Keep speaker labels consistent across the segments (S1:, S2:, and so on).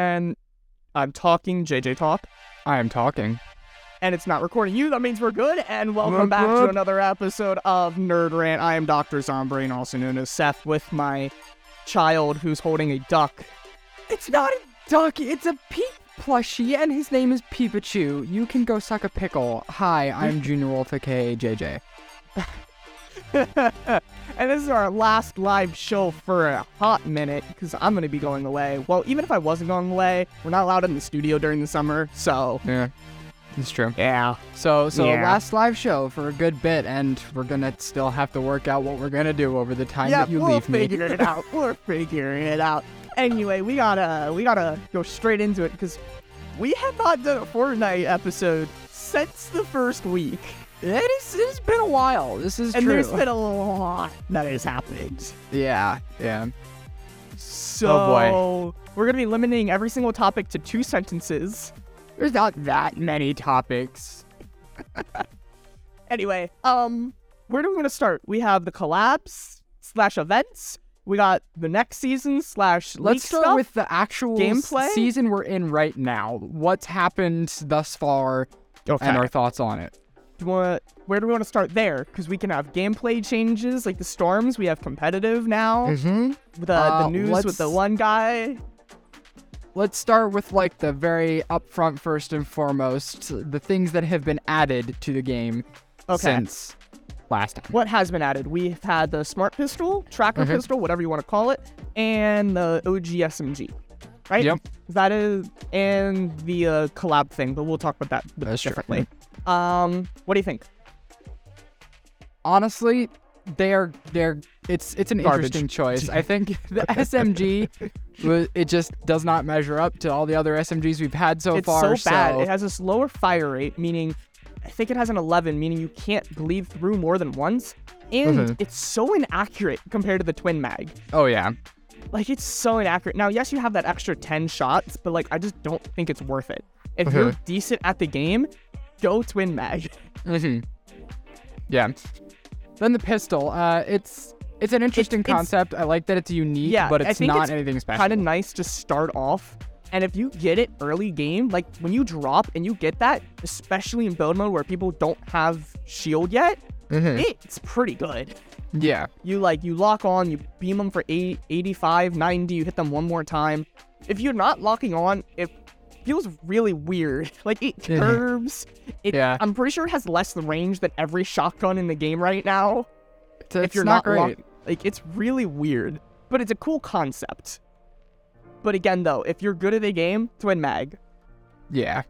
S1: and I'm talking JJ Talk,
S2: I am talking.
S1: and it's not recording you. That means we're good, and welcome
S2: Look
S1: back to
S2: good.
S1: another episode of Nerd Rant. I am Dr. Zombrain, also known as Seth, with my child who's holding a duck.
S2: It's not a duck. It's a Pete plushie, and his name is Pikachu. You can go suck a pickle. Hi, I'm Junior Wolf, aka JJ.
S1: And this is our last live show for a hot minute because I'm going to be going away. Well, even if I wasn't going away, we're not allowed in the studio during the summer, so.
S2: Yeah, it's true.
S1: Yeah.
S2: So, so
S1: Yeah.
S2: last live show for a good bit, and we're gonna still have to work out what we're gonna do over the time
S1: yeah,
S2: that you
S1: we'll
S2: leave me.
S1: figure it out. We're figuring it out. Anyway, we gotta we gotta go straight into it because we have not done a Fortnite episode since the first week,
S2: It is. It's been a while. This is
S1: and
S2: true.
S1: there's been a lot that has happened.
S2: Yeah, yeah.
S1: So
S2: Oh,
S1: we're gonna be limiting every single topic to two sentences.
S2: There's not that many topics.
S1: Anyway, um, where do we want to start? We have the collabs slash events. We got the next season slash leak
S2: Let's start
S1: stuff.
S2: with the actual
S1: Gameplay?
S2: s- season we're in right now. What's happened thus far, and our thoughts on it.
S1: do you want where do we want to start there because we can have gameplay changes like the storms we have competitive now
S2: Mm-hmm.
S1: the, the
S2: Uh,
S1: news with the
S2: let's-
S1: one guy
S2: Let's start with like the very upfront first and foremost, the things that have been added to the game
S1: Okay.
S2: since last time.
S1: what has been added we've had the smart pistol tracker
S2: Mhm.
S1: pistol whatever you want to call it and the og smg right
S2: Yep.
S1: that is and the uh, collab thing but we'll talk about that a bit
S2: That's true.
S1: differently um what do you think
S2: honestly, they're they're it's it's an
S1: Garbage.
S2: interesting choice. I think the SMG wa- it just does not measure up to all the other SMGs we've had so
S1: it's
S2: far.
S1: so bad it has a slower fire rate meaning i think it has an 11 meaning you can't bleed through more than once and
S2: Mhm.
S1: it's so inaccurate compared to the twin mag
S2: oh yeah,
S1: like it's so inaccurate now yes you have that extra 10 shots but like i just don't think it's worth it if you're
S2: Mhm.
S1: decent at the game go twin mag
S2: hmm yeah. Then the pistol. Uh, it's it's an interesting
S1: it's-
S2: concept. I like that it's unique,
S1: Yeah,
S2: but
S1: I
S2: it's
S1: think
S2: not
S1: it's
S2: anything special.
S1: kind of nice to start off and if you get it early game like when you drop and you get that especially in build mode where people don't have shield yet
S2: Mhm.
S1: it's pretty good
S2: yeah,
S1: you like you lock on you beam them for 8 85 90 you hit them one more time if you're not locking on it feels really weird like it
S2: Yeah.
S1: curves it,
S2: Yeah.
S1: i'm pretty sure it has less range than every shotgun in the game right now
S2: it's, it's
S1: if you're not,
S2: not, great.
S1: lock- like it's really weird but it's a cool concept but again though if you're good at a game twin mag
S2: yeah,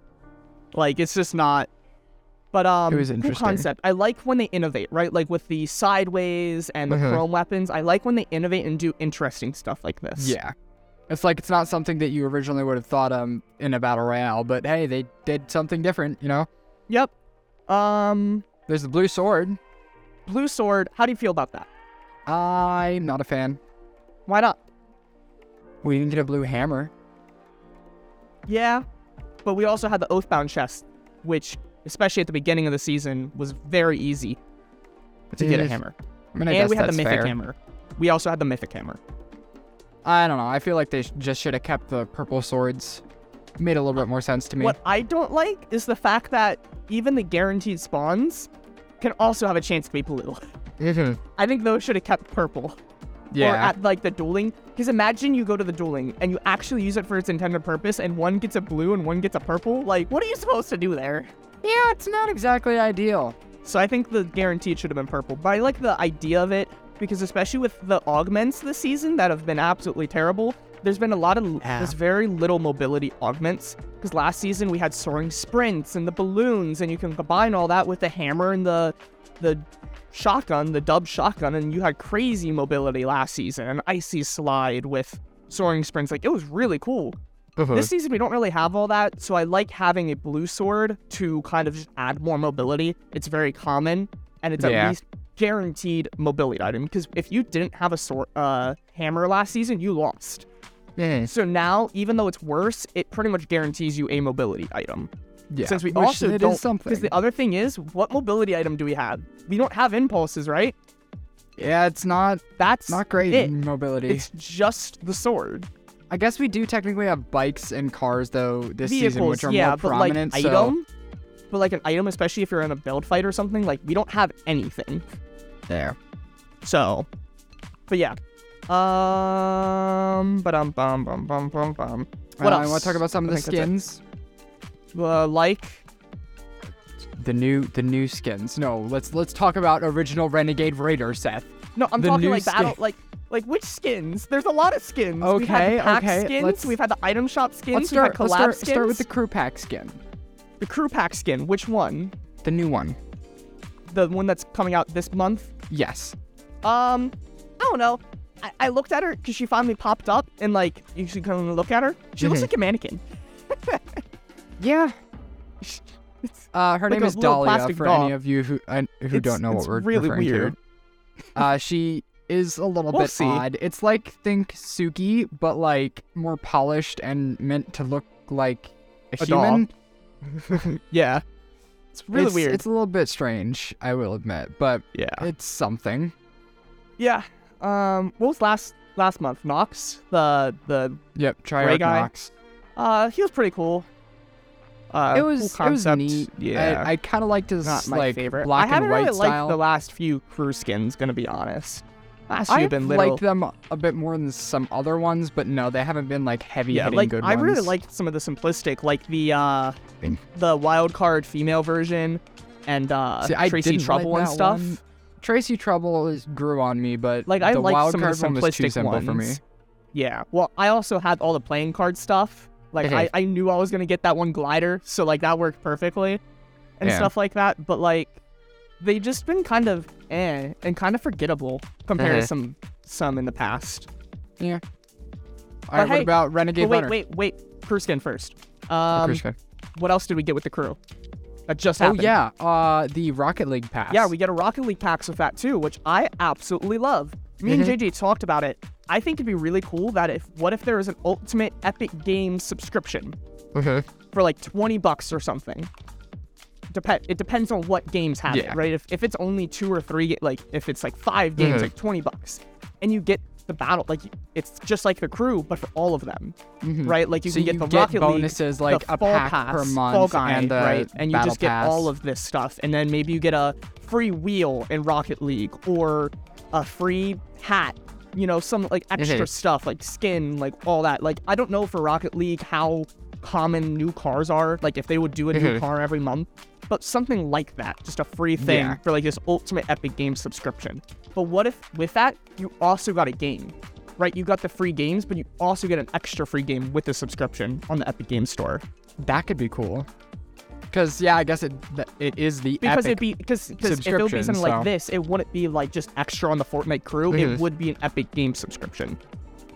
S1: like it's just not. But um,
S2: was
S1: cool
S2: interesting.
S1: concept. I like when they innovate, right? Like with the sideways and the
S2: Mhm.
S1: chrome weapons. I like when they innovate and do interesting stuff like this.
S2: yeah. It's like it's not something that you originally would have thought um in a battle royale, but hey, they did something different. You know,
S1: Yep. Um,
S2: there's the blue sword.
S1: blue sword. How do you feel about that?
S2: I'm not a fan.
S1: Why not?
S2: We didn't get a blue hammer.
S1: Yeah. But we also had the oathbound chest, which especially at the beginning of the season was very easy to get a
S2: Yes.
S1: hammer.
S2: Mm. I mean, I
S1: and
S2: guess
S1: we had the
S2: that's
S1: mythic
S2: fair.
S1: hammer. We also had the mythic hammer.
S2: I don't know. I feel like they sh- just should have kept the purple swords. Made a little bit more sense to me.
S1: What I don't like is the fact that even the guaranteed spawns can also have a chance to be blue.
S2: Mhm.
S1: I think those should have kept purple.
S2: Yeah.
S1: Or uh, at like the dueling. Because imagine you go to the dueling and you actually use it for its intended purpose and one gets a blue and one gets a purple. Like, what are you supposed to do there?
S2: yeah, it's not exactly ideal.
S1: So I think the guaranteed should have been purple. But I like the idea of it because especially with the augments this season that have been absolutely terrible, there's been a lot of
S2: Yeah.
S1: there's very little mobility augments. Because last season we had soaring sprints and the balloons, and you can combine all that with the hammer and the the shotgun, the dub shotgun, and you had crazy mobility last season, an icy slide with soaring sprints. Like it was really cool. This season we don't really have all that, so I like having a blue sword to kind of just add more mobility. It's very common, and it's at
S2: Yeah.
S1: least guaranteed mobility item. Because if you didn't have a sword, uh, hammer last season, you lost.
S2: yeah.
S1: So now, even though it's worse, it pretty much guarantees you a mobility item.
S2: yeah.
S1: Since we
S2: Which
S1: also
S2: it is
S1: don't,
S2: something.
S1: because the other thing is, what mobility item do we have? We don't have impulses, right?
S2: yeah, it's not
S1: That's
S2: not great
S1: It.
S2: in mobility.
S1: It's just the sword.
S2: I guess we do technically have bikes and cars though this
S1: Vehicles,
S2: season, which are
S1: yeah,
S2: more
S1: but
S2: prominent.
S1: like
S2: so
S1: item, but like an item, especially if you're in a build fight or something, like we don't have anything.
S2: there.
S1: So, but yeah. Um, but um, bum bum bum bum bum. What
S2: Uh,
S1: else?
S2: I want to talk about some of
S1: I
S2: the
S1: think that's it.
S2: skins.
S1: Uh, like
S2: The new, the new skins. No, let's let's talk about original Renegade Raider, Seth.
S1: no, I'm
S2: The
S1: talking
S2: new
S1: like battle,
S2: skin.
S1: like like which skins? There's a lot of skins. We've had
S2: Okay,
S1: the pack
S2: okay,
S1: skins.
S2: let's-
S1: We've had the item shop skins.
S2: let's start.
S1: We've
S2: let's
S1: had collab
S2: start,
S1: skins.
S2: start with the crew pack skin,
S1: the crew pack skin. Which one?
S2: the new one.
S1: The one that's coming out this month.
S2: Yes.
S1: Um, I don't know. I, I looked at her because she finally popped up, and like you should come and look at her. She looks
S2: Mhm.
S1: like a mannequin.
S2: Yeah. Uh, her
S1: Like
S2: name
S1: a
S2: is
S1: little
S2: Dahlia.
S1: plastic
S2: For
S1: doll.
S2: any of you who and who
S1: It's-
S2: don't know
S1: it's
S2: what we're
S1: really
S2: referring
S1: weird.
S2: to, uh, she is a little
S1: We'll
S2: bit
S1: see.
S2: odd. It's like think Suki, but like more polished and meant to look like a,
S1: A doll.
S2: human.
S1: Yeah, it's really
S2: it's,
S1: weird. Ah.
S2: It's a little bit strange, I will admit, but
S1: yeah.
S2: it's something.
S1: Yeah. Um. What was last last month? Knox. The the.
S2: Yep,
S1: Ray
S2: Triarch
S1: guy?
S2: Knox.
S1: Uh. He was pretty cool. Uh.
S2: it
S1: cool
S2: was
S1: concept.
S2: it was neat.
S1: Yeah.
S2: I, I kind of liked his
S1: Not my
S2: like
S1: favorite.
S2: black
S1: I haven't
S2: and white
S1: really
S2: style.
S1: liked the last few crew skins. Gonna be honest. Last few
S2: I
S1: have been little.
S2: liked them a bit more than some other ones, but no, they haven't been like heavy
S1: yeah.
S2: hitting
S1: Like
S2: good
S1: I
S2: ones.
S1: really liked some of the simplistic, like the uh,
S2: Thing.
S1: the wild card female version, and uh,
S2: See, I
S1: Tracy
S2: didn't
S1: Trouble
S2: like
S1: and
S2: that
S1: stuff.
S2: one. Tracy Trouble is, grew on me, but
S1: Like I
S2: the
S1: liked
S2: wild
S1: some
S2: card
S1: of the
S2: one was too
S1: simplistic
S2: simple
S1: ones.
S2: for me.
S1: Yeah. Well, I also had all the playing card stuff. Like I,
S2: Okay.
S1: I knew I was gonna get that one glider, so like that worked perfectly, and
S2: Yeah.
S1: stuff like that. But like, they just been kind of eh and kind of forgettable compared
S2: Mhm.
S1: to some some in the past.
S2: Yeah. All right, what
S1: Oh, hey,
S2: about Renegade
S1: but wait,
S2: Runner?
S1: wait, wait. Crew skin first.
S2: Or
S1: Um,
S2: Cruise Guide?
S1: what else did we get with the crew? That just
S2: oh
S1: happened.
S2: yeah, uh, the Rocket League pass.
S1: Yeah, we get a Rocket League packs with that too, which I absolutely love. Me and
S2: Mhm.
S1: JJ talked about it. I think it'd be really cool that if what if there is an Ultimate Epic Games subscription
S2: Okay.
S1: for like 20 bucks or something. Dep- it depends on what games have
S2: Yeah.
S1: it, right? If, if it's only two or three, ga- like if it's like five games,
S2: Mhm.
S1: like 20 bucks, and you get the battle, like it's just like the crew, but for all of them,
S2: Mhm.
S1: right? Like you
S2: so
S1: can get
S2: you
S1: the
S2: get
S1: Rocket League,
S2: bonuses like
S1: the
S2: a
S1: Fall
S2: pack
S1: pass,
S2: per
S1: Fall
S2: month
S1: Guy,
S2: and the
S1: right? And you
S2: battle
S1: just get
S2: pass.
S1: all of this stuff, and then maybe you get a free wheel in Rocket League or a free hat. You know, some like extra
S2: Mhm.
S1: stuff, like skin, like all that. Like I don't know for Rocket League how common new cars are. Like if they would do a new
S2: Mhm.
S1: car every month, but something like that, just a free thing
S2: Yeah.
S1: for like this Ultimate Epic Game subscription. But what if with that you also got a game? Right, you got the free games, but you also get an extra free game with the subscription on the Epic Game Store.
S2: that could be cool. Cause yeah, I guess it th- it is the
S1: because
S2: epic.
S1: it'd be because if it would be
S2: subscription,
S1: something
S2: so-
S1: like this, it wouldn't be like just extra on the Fortnite crew. It
S2: Mhm.
S1: would be an Epic game subscription.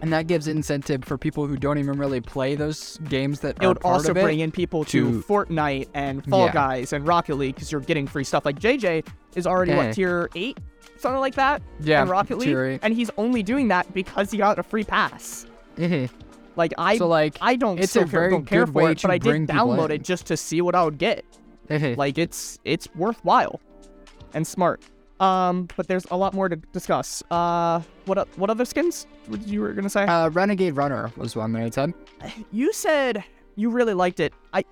S2: and that gives incentive for people who don't even really play those games that
S1: It
S2: are
S1: would
S2: part
S1: also
S2: of it.
S1: bring in people to,
S2: to-
S1: Fortnite and Fall
S2: Yeah.
S1: Guys and Rocket League because you're getting free stuff. Like JJ is already
S2: Okay.
S1: what tier eight, something like that.
S2: Yeah,
S1: in Rocket League,
S2: tier eight.
S1: and he's only doing that because he got a free pass.
S2: Mhm.
S1: Like I,
S2: So, like,
S1: I don't
S2: it's
S1: still
S2: a
S1: care,
S2: very
S1: don't care
S2: good
S1: for
S2: way
S1: it,
S2: to
S1: but I
S2: bring
S1: did
S2: people
S1: download
S2: in.
S1: it just to see what I would get.
S2: Mhm.
S1: Like it's it's worthwhile and smart. Um, but there's a lot more to discuss. Uh, what o- what other skins did you were gonna say?
S2: uh, Renegade Runner was one that I said.
S1: you said you really liked it. I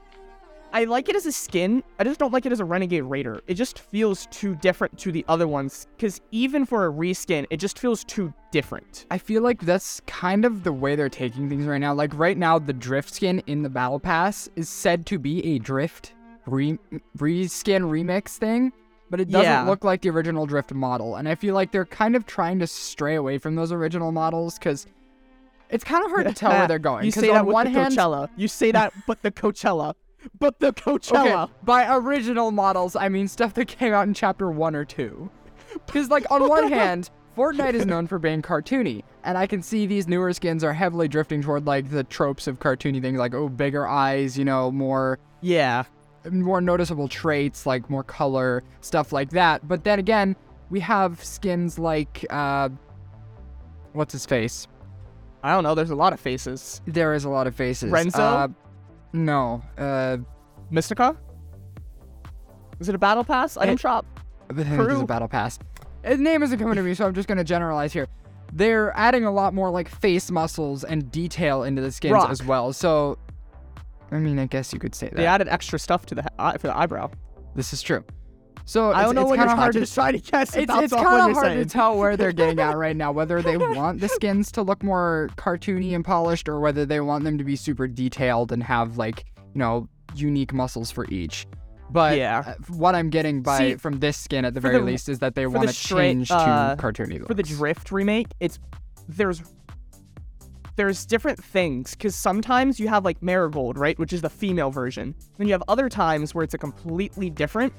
S1: I like it as a skin. I just don't like it as a renegade raider. It just feels too different to the other ones. Cause even for a reskin, it just feels too different.
S2: I feel like that's kind of the way they're taking things right now. Like right now, the drift skin in the battle pass is said to be a drift re- reskin remix thing, but it doesn't
S1: Yeah.
S2: look like the original drift model. And I feel like they're kind of trying to stray away from those original models because it's kind of hard to tell where they're going.
S1: You
S2: 'cause
S1: say
S2: on
S1: that with
S2: one
S1: the
S2: hand,
S1: Coachella. You say that, but the Coachella, but the
S2: Okay,
S1: Coachella.
S2: by original models, I mean stuff that came out in chapter one or two. Because, like, on one hand, Fortnite is known for being cartoony, and I can see these newer skins are heavily drifting toward, like, the tropes of cartoony things, like, oh, bigger eyes, you know, more
S1: Yeah.
S2: more noticeable traits, like more color, stuff like that. But then again, we have skins like, uh, what's his face?
S1: I don't know. There's a lot of faces.
S2: There is a lot of faces.
S1: Renzo?
S2: Uh, no. Uh,
S1: Mystica? Is it a battle pass? Item shop?
S2: But then it is
S1: Peru.
S2: Uh, a battle pass. His name isn't coming to me, so I'm just gonna generalize here. they're adding a lot more like face muscles and detail into the skins
S1: Rock.
S2: as well. So, I mean, I guess you could say that.
S1: They added extra stuff to the he- eye, for the eyebrow.
S2: This is true. So
S1: I
S2: it's-
S1: don't know
S2: it's
S1: what you're
S2: kind of hard
S1: trying
S2: to
S1: to try to guess.
S2: it's,
S1: about
S2: it's
S1: what
S2: kind
S1: you're
S2: of hard
S1: saying.
S2: to tell where they're getting at right now whether they want the skins to look more cartoony and polished or whether they want them to be super detailed and have like you know unique muscles for each but
S1: Yeah.
S2: uh, what i'm getting by
S1: See,
S2: from this skin at the
S1: for
S2: very
S1: the-
S2: least is that they
S1: for the
S2: want to
S1: straight,
S2: change
S1: uh,
S2: to cartoony
S1: for the
S2: looks.
S1: Drift remake, it's there's there's different things because sometimes you have like Marigold, right, which is the female version. Then you have other times where it's a completely different.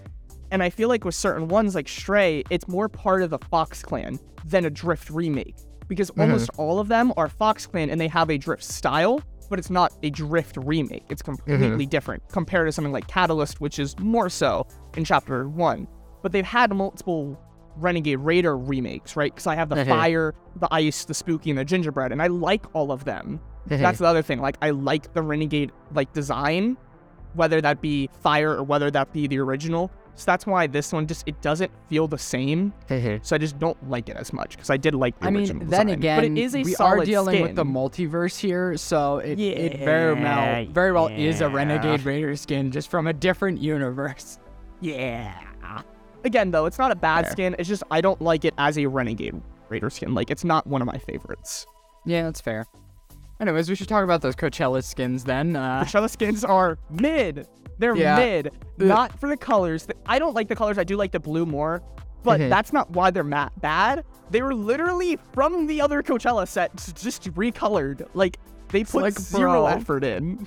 S1: And I feel like with certain ones like Stray, it's more part of the Fox Clan than a Drift remake because almost all of them are Fox Clan and they have a Drift style, but it's not a Drift remake. It's completely different compared to something like Catalyst, which is more so in Chapter One. But they've had multiple Renegade Raider remakes, right? Because I have the
S2: Mhm.
S1: fire, the ice, the spooky, and the gingerbread, and I like all of them. That's the other thing. Like I like the Renegade like design, whether that be fire or whether that be the original. So that's why this one just it doesn't feel the same. So I just don't like it as much because I did like the
S2: I mean,
S1: original
S2: then
S1: design.
S2: again,
S1: but it is a
S2: we
S1: solid
S2: are dealing
S1: skin.
S2: with the multiverse here, so it, it very well,
S1: Yeah,
S2: very well is a
S1: yeah.
S2: Renegade Raider skin just from a different universe.
S1: yeah. Again, though, it's not a bad
S2: Fair.
S1: skin. It's just I don't like it as a Renegade Raider skin. Like it's not one of my favorites.
S2: Yeah, that's fair. Anyways, we should talk about those Coachella skins then. Uh,
S1: Coachella skins are mid. They're
S2: Yeah. Uh,
S1: mid. Not for the colors. Th- I don't like the colors. I do like the blue more, but
S2: Mhm.
S1: that's not why they're ma- bad. They were literally from the other Coachella set, s- just recolored. Like they put
S2: like,
S1: zero
S2: bro.
S1: effort in.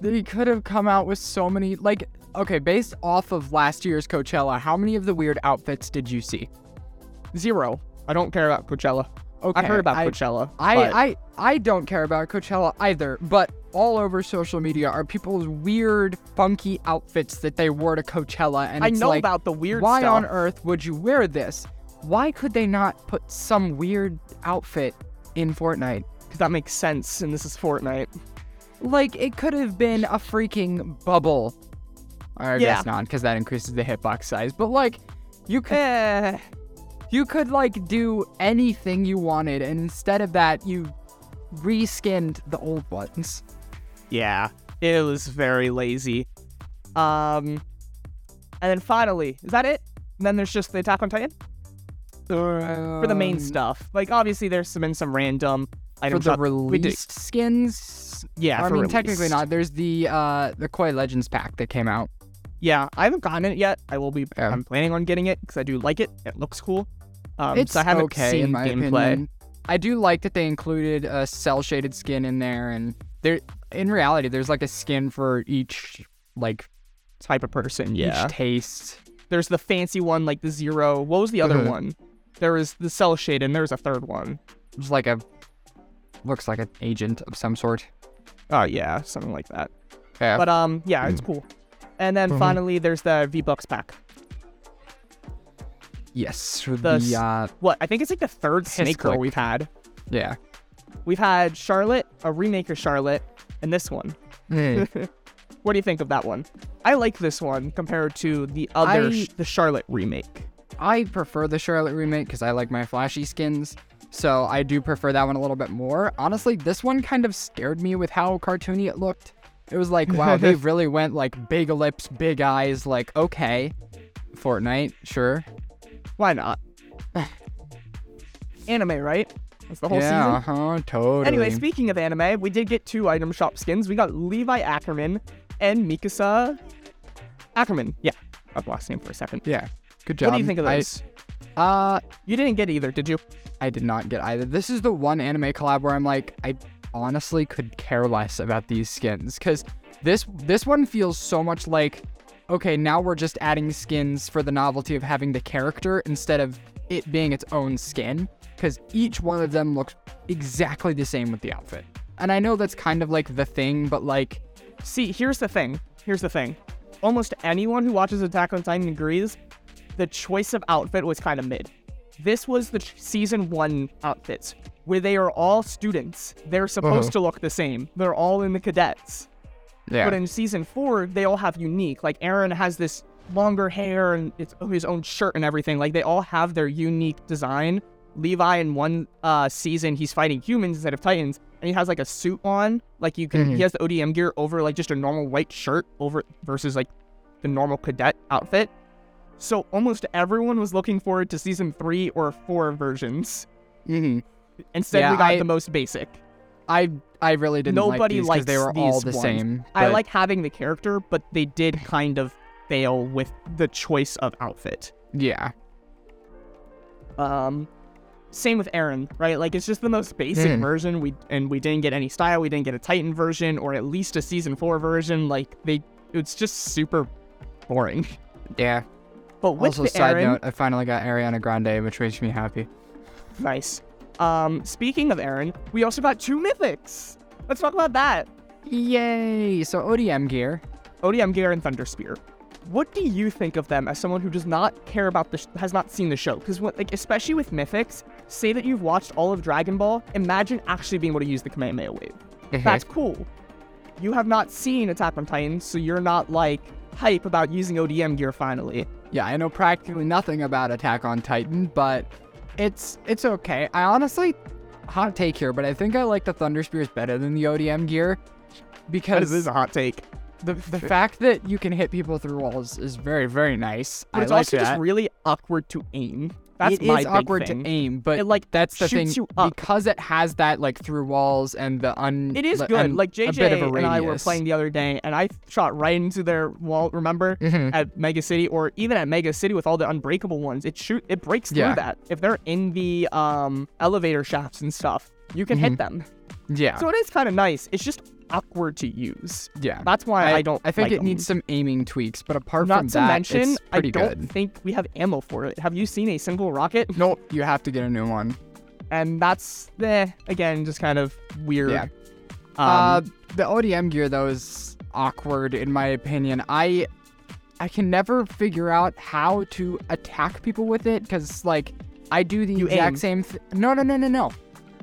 S2: they could have come out with so many. Like, okay, based off of last year's Coachella, how many of the weird outfits did you see?
S1: Zero. I don't care about Coachella.
S2: Okay,
S1: I've heard about
S2: I-
S1: Coachella.
S2: I,
S1: but
S2: I, I don't care about Coachella either, but all over social media are people's weird, funky outfits that they wore to Coachella. And
S1: I
S2: it's
S1: know
S2: like,
S1: about the weird
S2: why
S1: stuff.
S2: on earth would you wear this? Why could they not put some weird outfit in Fortnite?
S1: Because that makes sense, and this is Fortnite.
S2: Like it could have been a freaking bubble. I
S1: Yeah.
S2: guess not, because that increases the hitbox size. But like, you could
S1: Eh.
S2: you could like do anything you wanted, and instead of that, you reskinned the old ones.
S1: Yeah, it was very lazy. Um, and then finally, is that it? And then there's just the Attack on Titan for the main
S2: Um,
S1: stuff. Like obviously, there's some been some random
S2: for
S1: item
S2: the
S1: shop- we did-
S2: released skins.
S1: Yeah,
S2: I
S1: for
S2: mean, technically
S1: released.
S2: not. There's the uh the Koi Legends pack that came out.
S1: Yeah, I haven't gotten it yet. I will be.
S2: Yeah.
S1: I'm planning on getting it because I do like it. It looks cool. Um,
S2: it's
S1: so I haven't
S2: okay
S1: seen
S2: in my
S1: gameplay.
S2: opinion. I do like that they included a cell shaded skin in there, and there in reality, there's like a skin for each like
S1: Type of person. Yeah.
S2: each taste.
S1: There's the fancy one, like the zero. What was the other
S2: Mhm.
S1: one? There was the cell shade, and there was a third one.
S2: It's like a looks like an agent of some sort.
S1: Oh yeah, something like that.
S2: Yeah,
S1: But um, yeah,
S2: Mm.
S1: it's cool. And then
S2: Mhm.
S1: finally, there's the V Bucks pack.
S2: yes, for
S1: the s-
S2: the, uh,
S1: What I think it's like the third Snake Girl
S2: click.
S1: we've had.
S2: yeah.
S1: We've had Charlotte, a remake of Charlotte, and this one.
S2: Eh.
S1: What do you think of that one? I like this one compared to the other,
S2: I-
S1: sh- the Charlotte remake.
S2: I prefer the Charlotte remake because I like my flashy skins. So I do prefer that one a little bit more. Honestly, this one kind of scared me with how cartoony it looked. It was like, wow, they really went like big lips, big eyes, like, okay. Fortnite, sure.
S1: Why not? anime, right? That's the whole
S2: yeah,
S1: season.
S2: uh-huh, totally.
S1: Anyway, speaking of anime, we did get two item shop skins. We got Levi Ackerman and Mikasa Ackerman. Yeah, I have lost name for a second.
S2: yeah, good job.
S1: What do you think of
S2: I-
S1: those?
S2: uh,
S1: You didn't get either, did you?
S2: I did not get either. This is the one anime collab where I'm like, I honestly could care less about these skins because this this one feels so much like, okay, now we're just adding skins for the novelty of having the character instead of it being its own skin because each one of them looks exactly the same with the outfit. And I know that's kind of like the thing, but like,
S1: See, here's the thing. Here's the thing. Almost anyone who watches Attack on Titan agrees the choice of outfit was kind of mid. This was the tr- season one outfits where they are all students. They're supposed to look the same. They're all in the cadets.
S2: yeah,
S1: But in season four, they all have unique. Like Aaron has this oh, longer hair and it's his own shirt and everything. Like they all have their unique design. Levi in one uh, season he's fighting humans instead of Titans, and he has like a suit on, like you
S2: Mm-hmm.
S1: can he has the ODM gear over like just a normal white shirt over versus like the normal cadet outfit. So almost everyone was looking forward to season three or four versions.
S2: Mm-hmm.
S1: Instead, we
S2: Yeah,
S1: got
S2: I-
S1: the most basic.
S2: I I really didn't
S1: Nobody
S2: like these 'cause they
S1: likes
S2: were all
S1: these
S2: the
S1: ones.
S2: same.
S1: I
S2: but-
S1: like having the character, but they did kind of fail with the choice of outfit.
S2: yeah.
S1: Um, same with Aaron, right? Like it's just the most basic
S2: Mhm.
S1: version. We and we didn't get any style. We didn't get a Titan version or at least a season four version. Like they, it's just super boring.
S2: Yeah.
S1: But with
S2: also,
S1: the
S2: side
S1: Aaron,
S2: note, I finally got Ariana Grande, which makes me happy.
S1: nice. Um, speaking of Aaron, we also got two mythics. Let's talk about that.
S2: Yay! So ODM gear.
S1: ODM Gear and Thunder Spear. What do you think of them as someone who does not care about the sh- has not seen the show? Because like especially with mythics, say that you've watched all of Dragon Ball, imagine actually being able to use the Kamehameha wave.
S2: Mm-hmm.
S1: That's cool. You have not seen Attack on Titan, so you're not like hype about using ODM gear finally.
S2: Yeah, I know practically nothing about Attack on Titan, but it's it's okay. I honestly hot take here, but I think I like the Thunder Spears better than the ODM gear
S1: That
S2: because
S1: is, a hot take.
S2: the the fact that you can hit people through walls is very very nice.
S1: But
S2: I
S1: it's
S2: like
S1: also
S2: that.
S1: just really awkward to aim. That's
S2: It
S1: my
S2: is
S1: big
S2: awkward
S1: thing.
S2: to aim, but
S1: It, like,
S2: that's the
S1: shoots
S2: thing
S1: you up.
S2: because it has that like through walls and the un.
S1: It is
S2: the-
S1: good.
S2: and
S1: Like
S2: a bit of a
S1: JJ and I were
S2: radius.
S1: playing the other day, and I shot right into their wall. Remember
S2: Mhm.
S1: at Mega City, or even at Mega City with all the unbreakable ones, it shoot it breaks
S2: Yeah.
S1: through that. If they're in the um elevator shafts and stuff, you can hit
S2: Mm-hmm.
S1: them.
S2: Yeah,
S1: So it is kind of nice. It's just awkward to use.
S2: yeah.
S1: That's why I, don't.
S2: I think
S1: like
S2: it
S1: them.
S2: needs some aiming tweaks, but apart
S1: Not
S2: from
S1: to
S2: that,
S1: mention,
S2: it's
S1: I
S2: pretty
S1: don't
S2: good.
S1: think we have ammo for it. Have you seen a single rocket?
S2: Nope, you have to get a new one.
S1: And that's eh, again just kind of weird.
S2: Yeah.
S1: Um,
S2: uh, the ODM gear though is awkward in my opinion. I I can never figure out how to attack people with it because like I do the
S1: You
S2: exact
S1: aim.
S2: same. Th- no, no, no, no, no.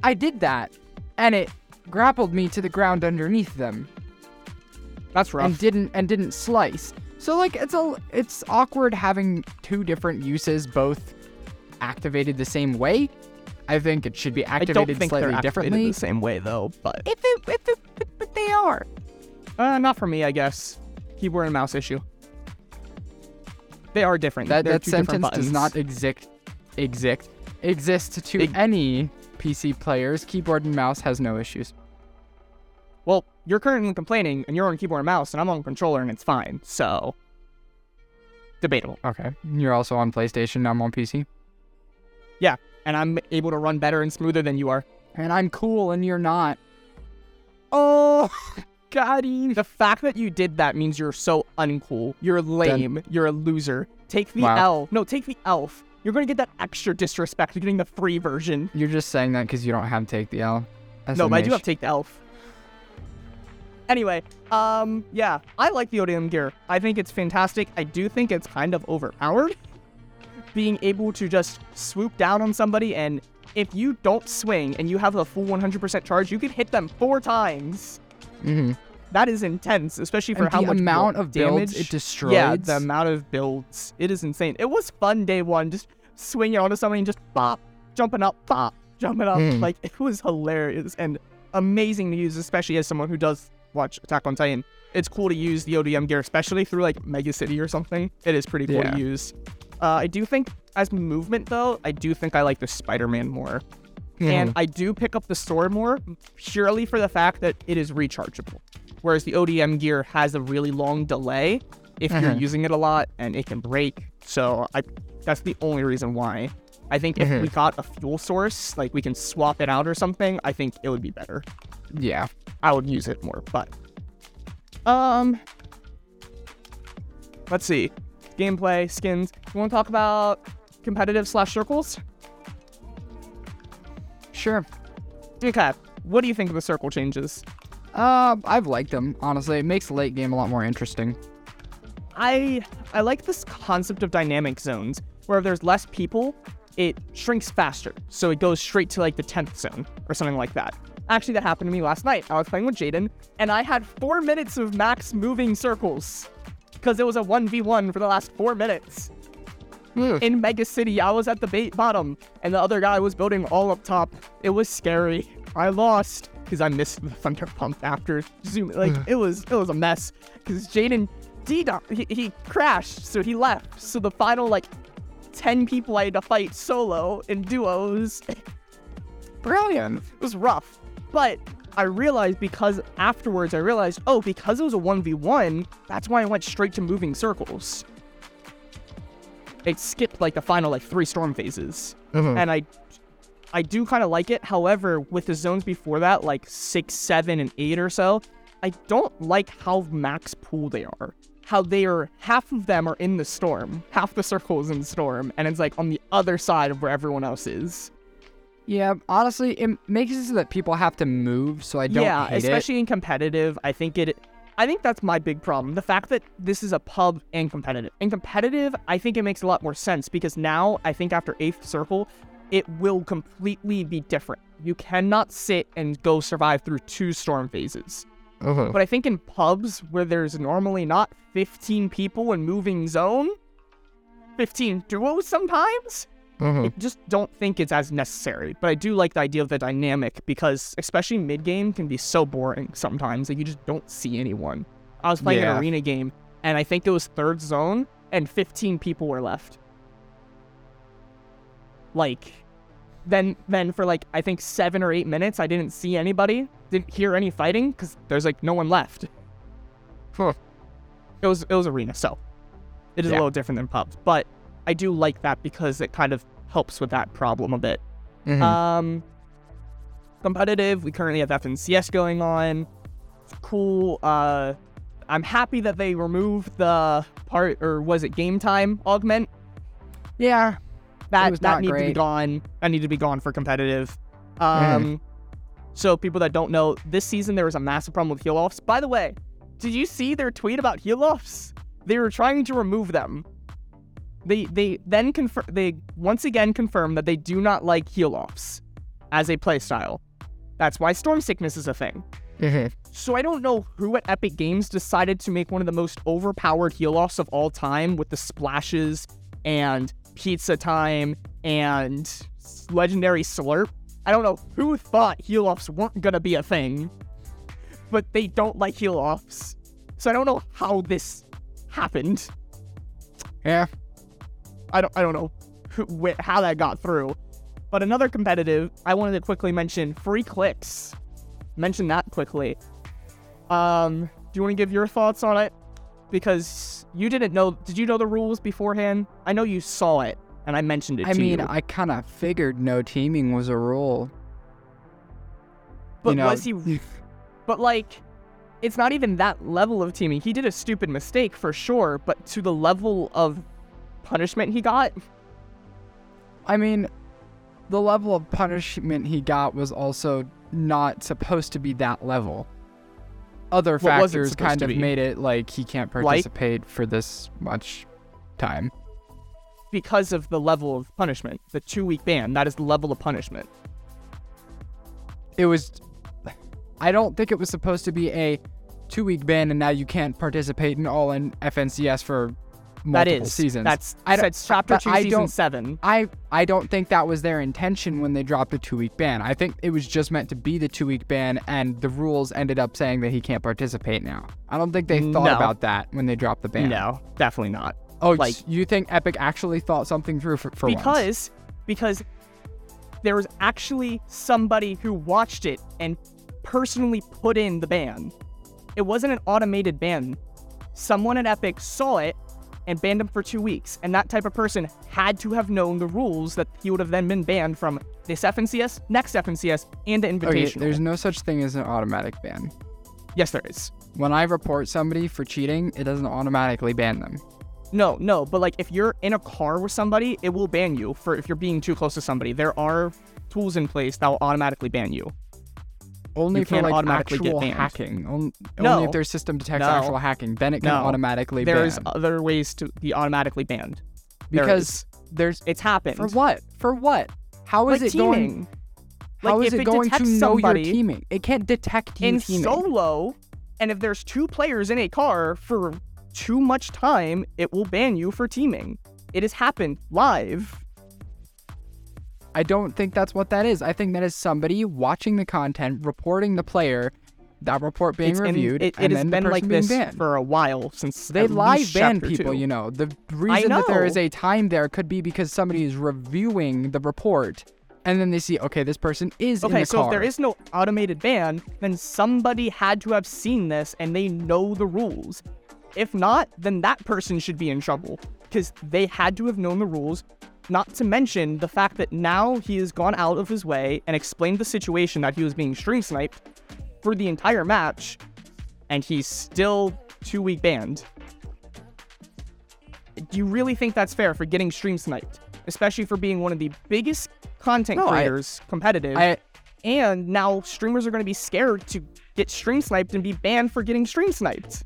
S2: I did that, and it grappled me to the ground underneath them,
S1: that's rough.
S2: and didn't and didn't slice. So like it's a it's awkward having two different uses both activated the same way. I think it should be
S1: I don't
S2: activated
S1: think
S2: slightly
S1: they're activated
S2: differently.
S1: the same way though. But
S2: If it, if it, but- but they are.
S1: Uh, not for me, I guess. Keyboard and mouse issue. They are different.
S2: That,
S1: They're
S2: that
S1: two different
S2: sentence
S1: buttons.
S2: does not exist exist exist to
S1: Ex-
S2: any PC players. Keyboard and mouse has no issues.
S1: Well, you're currently complaining, and you're on keyboard and mouse, and I'm on controller, and it's fine. So, debatable.
S2: Okay. You're also on PlayStation. I'm on PC.
S1: Yeah, and I'm able to run better and smoother than you are.
S2: And I'm cool, and you're not. Oh, got him.
S1: E, The fact that you did that means you're so uncool. You're lame. You're a loser. Take the
S2: Wow.
S1: L. No, take the elf. You're gonna get that extra disrespect. You're getting the free version.
S2: You're just saying that because you don't have take the L. That's
S1: no,
S2: a
S1: but I do
S2: niche.
S1: have to take the elf. Anyway, um, yeah, I like the ODM gear. I think it's fantastic. I do think it's kind of overpowered. Being able to just swoop down on somebody, and if you don't swing and you have the full 100% charge, you can hit them four times.
S2: Mhm.
S1: That is intense, especially for
S2: And
S1: how
S2: the
S1: much
S2: amount
S1: build-
S2: of builds
S1: damage
S2: it
S1: Yeah,
S2: destroys.
S1: the amount of builds. It is insane. It was fun day one, just swinging onto somebody and just bop, jumping up, bop, jumping up.
S2: Mm.
S1: Like it was hilarious and amazing to use, especially as someone who does watch Attack on Titan. It's cool to use the ODM gear, especially through like Mega City or something. It is pretty cool
S2: Yeah.
S1: to use. Uh, I do think as movement though, I do think I like the Spider-Man more, and I do pick up the sword more purely for the fact that it is rechargeable. Whereas the ODM gear has a really long delay if you're
S2: Mhm.
S1: using it a lot and it can break. So I that's the only reason why. I think if
S2: Mhm.
S1: we got a fuel source, like we can swap it out or something, I think it would be better.
S2: yeah.
S1: I would use it more, but um let's see. Gameplay, skins. You wanna talk about competitive slash circles?
S2: Sure.
S1: Okay. What do you think of the circle changes?
S2: Uh, I've liked them honestly. It makes the late game a lot more interesting.
S1: I I like this concept of dynamic zones where if there's less people, it shrinks faster. So it goes straight to like the 10th zone or something like that. Actually, that happened to me last night. I was playing with Jaden and I had four minutes of max moving circles because it was a 1v1 for the last four minutes. in Mega City, I was at the bait bottom, and the other guy was building all up top. It was scary. I lost because I missed the thunder pump after zoom. Like it was, it was a mess. Because Jaden D he, he crashed, so he left. So the final like ten people I had to fight solo in duos
S2: Brilliant.
S1: it was rough. But I realized because afterwards I realized, oh, because it was a 1v1, that's why I went straight to moving circles. It skipped like the final like three storm phases. And I I do kind of like it. However, with the zones before that, like six, seven, and eight or so, I don't like how max pool they are. How they are half of them are in the storm. Half the circle is in the storm, and it's like on the other side of where everyone else is.
S2: Yeah, honestly, it makes it so that people have to move, so I don't
S1: yeah,
S2: hate it.
S1: especially in competitive. I think it. I think that's my big problem. The fact that this is a pub and competitive. In competitive, I think it makes a lot more sense because now I think after eighth circle, it will completely be different. You cannot sit and go survive through two storm phases. But I think in pubs where there's normally not 15 people in moving zone, 15 duos sometimes,
S2: Hmm.
S1: I just don't think it's as necessary. But I do like the idea of the dynamic because, especially mid game, can be so boring sometimes. Like you just don't see anyone. I was playing
S2: Yeah.
S1: an arena game, and I think it was third zone, and 15 people were left. Like, then then for like I think seven or eight minutes, I didn't see anybody, didn't hear any fighting because there's like no one left.
S2: Huh.
S1: It was it was arena, so it is
S2: Yeah.
S1: a little different than pubs, but I do like that because it kind of helps with that problem a bit.
S2: Mhm.
S1: Um, competitive. We currently have FNCS going on. It's cool. Uh, I'm happy that they removed the part, or was it game time augment?
S2: yeah,
S1: That
S2: was
S1: that
S2: not
S1: needed to be
S2: great. Mm.
S1: gone. That needed to be gone for competitive. Um, so people that don't know, this season there was a massive problem with heel offs. By the way, did you see their tweet about heel offs? They were trying to remove them. They they then confirm they once again confirm that they do not like heel offs as a playstyle. That's why storm sickness is a thing. So I don't know who at Epic Games decided to make one of the most overpowered heel offs of all time with the splashes and pizza time and s- legendary slurp. I don't know who thought heel offs weren't gonna be a thing, but they don't like heel offs. So I don't know how this happened.
S2: yeah.
S1: I don't I don't know who, wh- how that got through. But another competitive, I wanted to quickly mention free clicks. Mention that quickly. Um, do you want to give your thoughts on it? Because you didn't know. Did you know the rules beforehand? I know you saw it, and I mentioned it.
S2: I
S1: to
S2: mean,
S1: you.
S2: I kind of figured no teaming was a rule.
S1: but
S2: you know,
S1: was he? But like, it's not even that level of teaming. He did a stupid mistake for sure, but to the level of punishment he got,
S2: I mean, the level of punishment he got was also not supposed to be that level. Other
S1: What was it
S2: factors
S1: supposed
S2: kind
S1: to
S2: of
S1: be?
S2: made it like he can't participate for this much time.
S1: because of the level of punishment, the two-week ban, that is the level of punishment.
S2: It was. I don't think it was supposed to be a two week ban and now you can't participate in all in FNCS for multiple
S1: That is
S2: seasons.
S1: That's
S2: I don't-
S1: that's chapter
S2: but
S1: two,
S2: I
S1: season
S2: don't-
S1: seven.
S2: I I don't think that was their intention when they dropped a two week ban. I think it was just meant to be the two week ban, and the rules ended up saying that he can't participate now. I don't think they thought
S1: No.
S2: about that when they dropped the ban.
S1: No, definitely not.
S2: Oh,
S1: Like-
S2: s- you think Epic actually thought something through for, for once?
S1: Because because there was actually somebody who watched it and personally put in the ban. It wasn't an automated ban. Someone at Epic saw it and banned him for two weeks. And that type of person had to have known the rules that he would have then been banned from this FNCS, next FNCS, and the
S2: Okay,
S1: invitation.
S2: Oh, there's no such thing as an automatic ban.
S1: yes, there is.
S2: When I report somebody for cheating, it doesn't automatically ban them.
S1: No, no, but like if you're in a car with somebody, it will ban you for if you're being too close to somebody. There are tools in place that will automatically ban you.
S2: Only
S1: You
S2: for
S1: can't
S2: like
S1: automatically get
S2: actual
S1: banned.
S2: hacking. On- Only
S1: No.
S2: if their system detects
S1: No.
S2: actual hacking, then it can
S1: No.
S2: automatically
S1: There's
S2: ban.
S1: other ways to be automatically banned. There
S2: because
S1: is.
S2: there's
S1: it's happened.
S2: for what? For what? How is
S1: Like
S2: it going?
S1: teaming.
S2: How
S1: like
S2: is
S1: if
S2: it going to
S1: detects
S2: know your
S1: somebody
S2: teammate? It can't detect you
S1: in
S2: teammate.
S1: solo, and if there's two players in a car for too much time, it will ban you for teaming. It has happened live.
S2: I don't think that's what that is. I think that is somebody watching the content, reporting the player, that report being
S1: It's in-
S2: reviewed,
S1: it it
S2: and
S1: has
S2: then
S1: been
S2: the
S1: like
S2: person being
S1: this
S2: banned.
S1: for a while since
S2: they
S1: at
S2: live
S1: least
S2: ban
S1: chapter
S2: people,
S1: two.
S2: you know. The reason that there is
S1: know.
S2: a time there could be because somebody is reviewing the report and then they see, okay, this person is in
S1: Okay,
S2: the
S1: so
S2: car.
S1: if there is no automated ban, then somebody had to have seen this and they know the rules. If not, then that person should be in trouble because they had to have known the rules. Not to mention the fact that now he has gone out of his way and explained the situation that he was being stream sniped for the entire match, and he's still two week banned. Do you really think that's fair for getting stream sniped, especially for being one of the biggest content
S2: No, I-
S1: creators competitive?
S2: I,
S1: And now streamers are going to be scared to get stream sniped and be banned for getting stream sniped.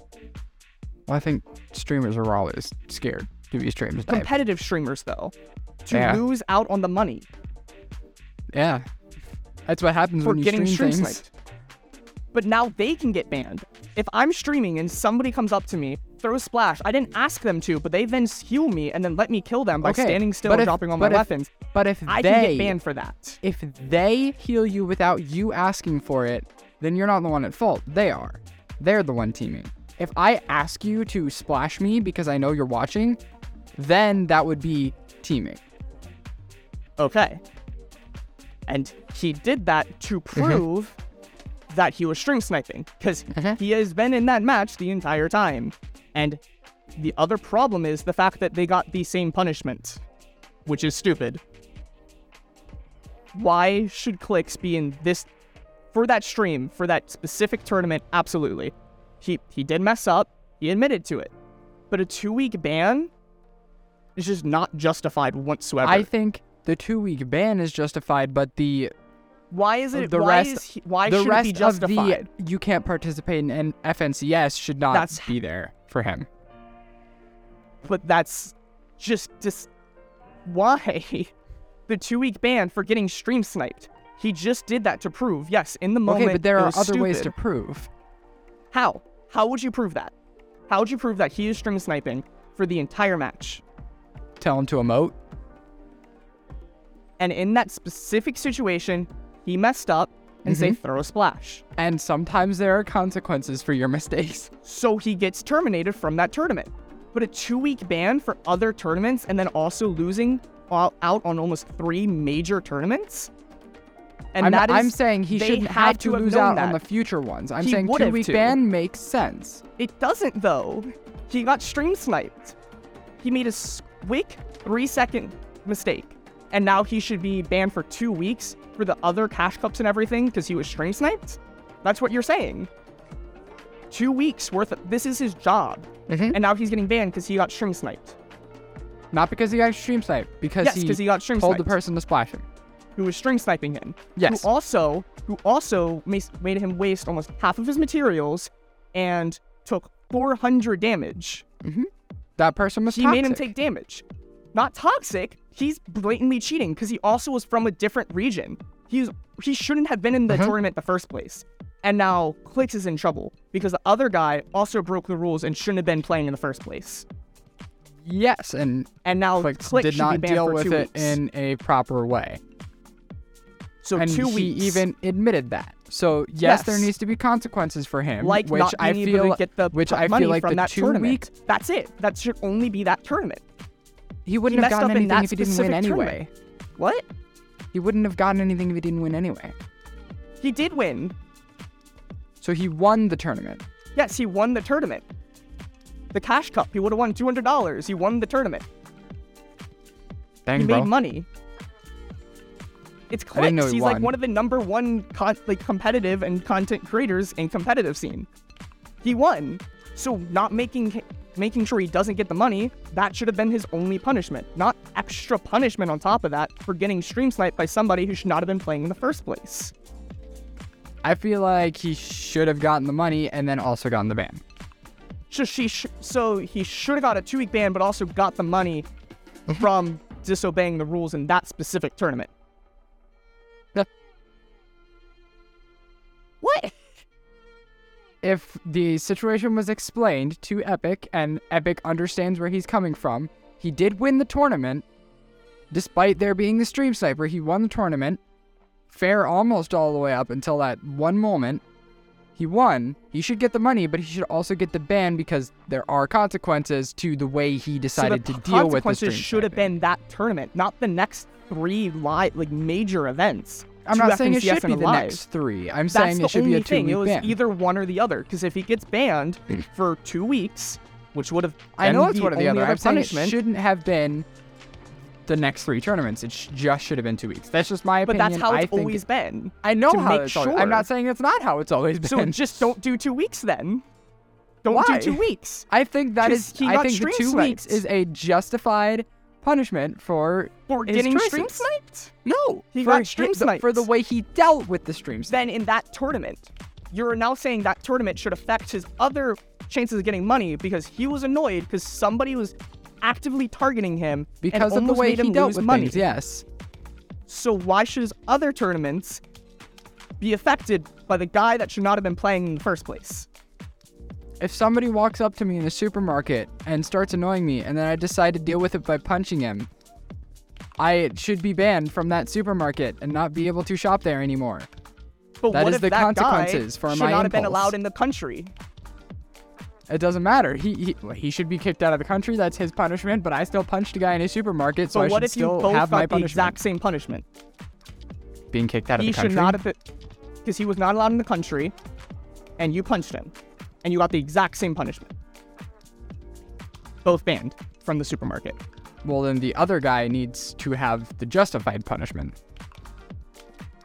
S2: well, I think streamers are always scared to be streamed. sniped.
S1: Competitive streamers, though, to
S2: Yeah.
S1: lose out on the money
S2: Yeah. That's what happens
S1: for
S2: when you
S1: getting
S2: stream
S1: stream
S2: things.
S1: sniped. But now they can get banned. If I'm streaming and somebody comes up to me, throws splash, I didn't ask them to, but they then heal me and then let me kill them by
S2: Okay,
S1: standing still
S2: but
S1: and
S2: if-
S1: dropping all my
S2: but if-
S1: weapons,
S2: But if
S1: I
S2: they
S1: can get banned for that.
S2: if they heal you without you asking for it, then you're not the one at fault. They are. They're the one teaming. If I ask you to splash me because I know you're watching, then that would be teaming.
S1: Okay. And he did that to prove that he was string sniping because
S2: Mhm.
S1: he has been in that match the entire time. And the other problem is the fact that they got the same punishment, which is stupid. Why should clicks be in this for that stream, for that specific tournament? Absolutely. He he did mess up. He admitted to it. But a 2-week ban is just not justified whatsoever.
S2: I think the two week ban is justified, but the
S1: Why is it?
S2: the
S1: why
S2: rest
S1: is he, why
S2: the
S1: should
S2: rest
S1: it be justified?
S2: of the you can't participate in an FNCS should not
S1: That's-
S2: be there for him.
S1: but that's just just why the two week ban for getting stream sniped. He just did that to prove yes, in the moment.
S2: okay, but there
S1: it
S2: are
S1: was
S2: other ways to
S1: stupid.
S2: prove.
S1: How? How would you prove that? How would you prove that he is stream sniping for the entire match?
S2: Tell him to emote.
S1: And in that specific situation, he messed up and say
S2: Mm-hmm.
S1: throw a splash.
S2: And sometimes there are consequences for your mistakes.
S1: so he gets terminated from that tournament. But a two week ban for other tournaments and then also losing all- out on almost three major tournaments? And
S2: I'm,
S1: that is-
S2: I'm saying he
S1: they
S2: shouldn't
S1: had
S2: have to,
S1: have
S2: lose
S1: known
S2: out on
S1: that.
S2: the future ones. I'm
S1: He
S2: saying
S1: would have
S2: two week
S1: to.
S2: ban makes sense.
S1: It doesn't, though. He got stream sniped. He made a s- quick three second mistake. And now he should be banned for two weeks for the other cash cups and everything because he was stream sniped? That's what you're saying. Two weeks worth of this is his job. And now he's getting banned because he got stream sniped.
S2: Not because he got stream snipe, because
S1: Yes,
S2: he,
S1: 'cause he got stream
S2: told the
S1: sniped.
S2: person to splash him.
S1: who was string sniping him.
S2: Yes.
S1: Who also who also mas- made him waste almost half of his materials and took 400 damage.
S2: That person was
S1: He made him
S2: toxic.
S1: take damage. Not toxic. He's blatantly cheating because he also was from a different region. He's he shouldn't have been in the
S2: Uh-huh.
S1: tournament in the first place. And now Klix is in trouble because the other guy also broke the rules and shouldn't have been playing in the first place.
S2: Yes, and
S1: And now
S2: Clix
S1: Klix
S2: did
S1: Oh, should be
S2: not
S1: banned
S2: deal
S1: for
S2: with
S1: two
S2: it
S1: weeks.
S2: in a proper way.
S1: so
S2: and
S1: two
S2: he
S1: weeks
S2: even admitted that. So yes, there
S1: Yes.
S2: needs to be consequences for him.
S1: like
S2: which
S1: not
S2: I
S1: being
S2: feel,
S1: able to get the
S2: which
S1: pro-
S2: I
S1: money
S2: feel like
S1: from
S2: the
S1: that
S2: two
S1: tournament.
S2: week
S1: That's it. That should only be that tournament.
S2: he
S1: He
S2: wouldn't
S1: messed
S2: have gotten
S1: up in
S2: anything
S1: that
S2: if he didn't win
S1: specific
S2: anyway.
S1: tournament. What?
S2: He wouldn't have gotten anything if he didn't win anyway.
S1: He did win.
S2: So he won the tournament.
S1: Yes, he won the tournament. The cash cup. He would have won two hundred dollars. He won the tournament.
S2: Dang,
S1: he
S2: bro.
S1: made money. It's
S2: I didn't know
S1: clicks.
S2: he
S1: He's like
S2: won.
S1: one of the number one con- like competitive and content creators in competitive scene. He won. So not making making sure he doesn't get the money, that should have been his only punishment. Not extra punishment on top of that for getting stream sniped by somebody who should not have been playing in the first place.
S2: I feel like he should have gotten the money and then also gotten the ban.
S1: So she sh- so he should have got a two week ban, but also got the money
S2: Mm-hmm.
S1: from disobeying the rules in that specific tournament.
S2: Yeah.
S1: What?
S2: If the situation was explained to Epic and Epic understands where he's coming from, He did win the tournament, despite there being the stream sniper. He won the tournament, fair almost all the way up until that one moment. He won. He should get the money, but he should also get the ban because there are consequences to the way he decided
S1: so the
S2: to deal with the
S1: consequences
S2: stream
S1: should have
S2: sniping.
S1: been that tournament, not the next three li- like major events.
S2: I'm
S1: Two
S2: not saying it
S1: FNCS
S2: should
S1: and
S2: be the
S1: Alive.
S2: next three. I'm
S1: That's
S2: saying
S1: the
S2: it should
S1: only
S2: be a
S1: thing. It
S2: two-week
S1: was
S2: ban.
S1: either one or the other. Because if he gets banned for two weeks, which would have
S2: I know it's
S1: the
S2: one or the
S1: only
S2: other. I'm saying it
S1: punishment,
S2: shouldn't have been the next three tournaments. It sh- just should have been two weeks. That's just my
S1: but
S2: opinion.
S1: that's how
S2: I
S1: it's
S2: think-
S1: always been.
S2: I know
S1: to
S2: how
S1: make
S2: it's always. I'm
S1: sure.
S2: not saying it's not how it's always
S1: So
S2: been.
S1: just don't do two weeks then. Don't
S2: Why?
S1: do two weeks
S2: I think that
S1: 'cause
S2: is.
S1: he
S2: I
S1: got
S2: think the
S1: stream
S2: two weeks
S1: sniped.
S2: is a justified punishment for
S1: for
S2: his
S1: getting
S2: choices.
S1: stream sniped.
S2: No,
S1: He
S2: for
S1: got
S2: hi-
S1: stream
S2: the, for the
S1: sniped.
S2: way he dealt with the stream. snipe.
S1: Then in that tournament, you're now saying that tournament should affect his other chances of getting money because he was annoyed because somebody was actively targeting him and
S2: because of the
S1: almost
S2: way
S1: made
S2: he
S1: him
S2: dealt
S1: lose
S2: with
S1: money.
S2: things. Yes.
S1: So why should his other tournaments be affected by the guy that should not have been playing in the first place?
S2: if somebody walks up to me in the supermarket and starts annoying me and then I decide to deal with it by punching him, I should be banned from that supermarket and not be able to shop there anymore.
S1: But
S2: That
S1: what
S2: is
S1: if
S2: the
S1: that
S2: consequences
S1: guy
S2: for
S1: should
S2: my
S1: not have been
S2: impulse.
S1: allowed in the country?
S2: It doesn't matter. He, he well, he should be kicked out of the country. That's his punishment. But I still punched a guy in a supermarket, so
S1: But
S2: I
S1: what
S2: should
S1: if you
S2: still
S1: both
S2: have
S1: got
S2: my
S1: the
S2: punishment.
S1: exact same punishment?
S2: Being kicked out of
S1: he
S2: the country.
S1: should not have been because he was not allowed in the country, and you punched him, and you got the exact same punishment. Both banned from the supermarket.
S2: Well, then the other guy needs to have the justified punishment.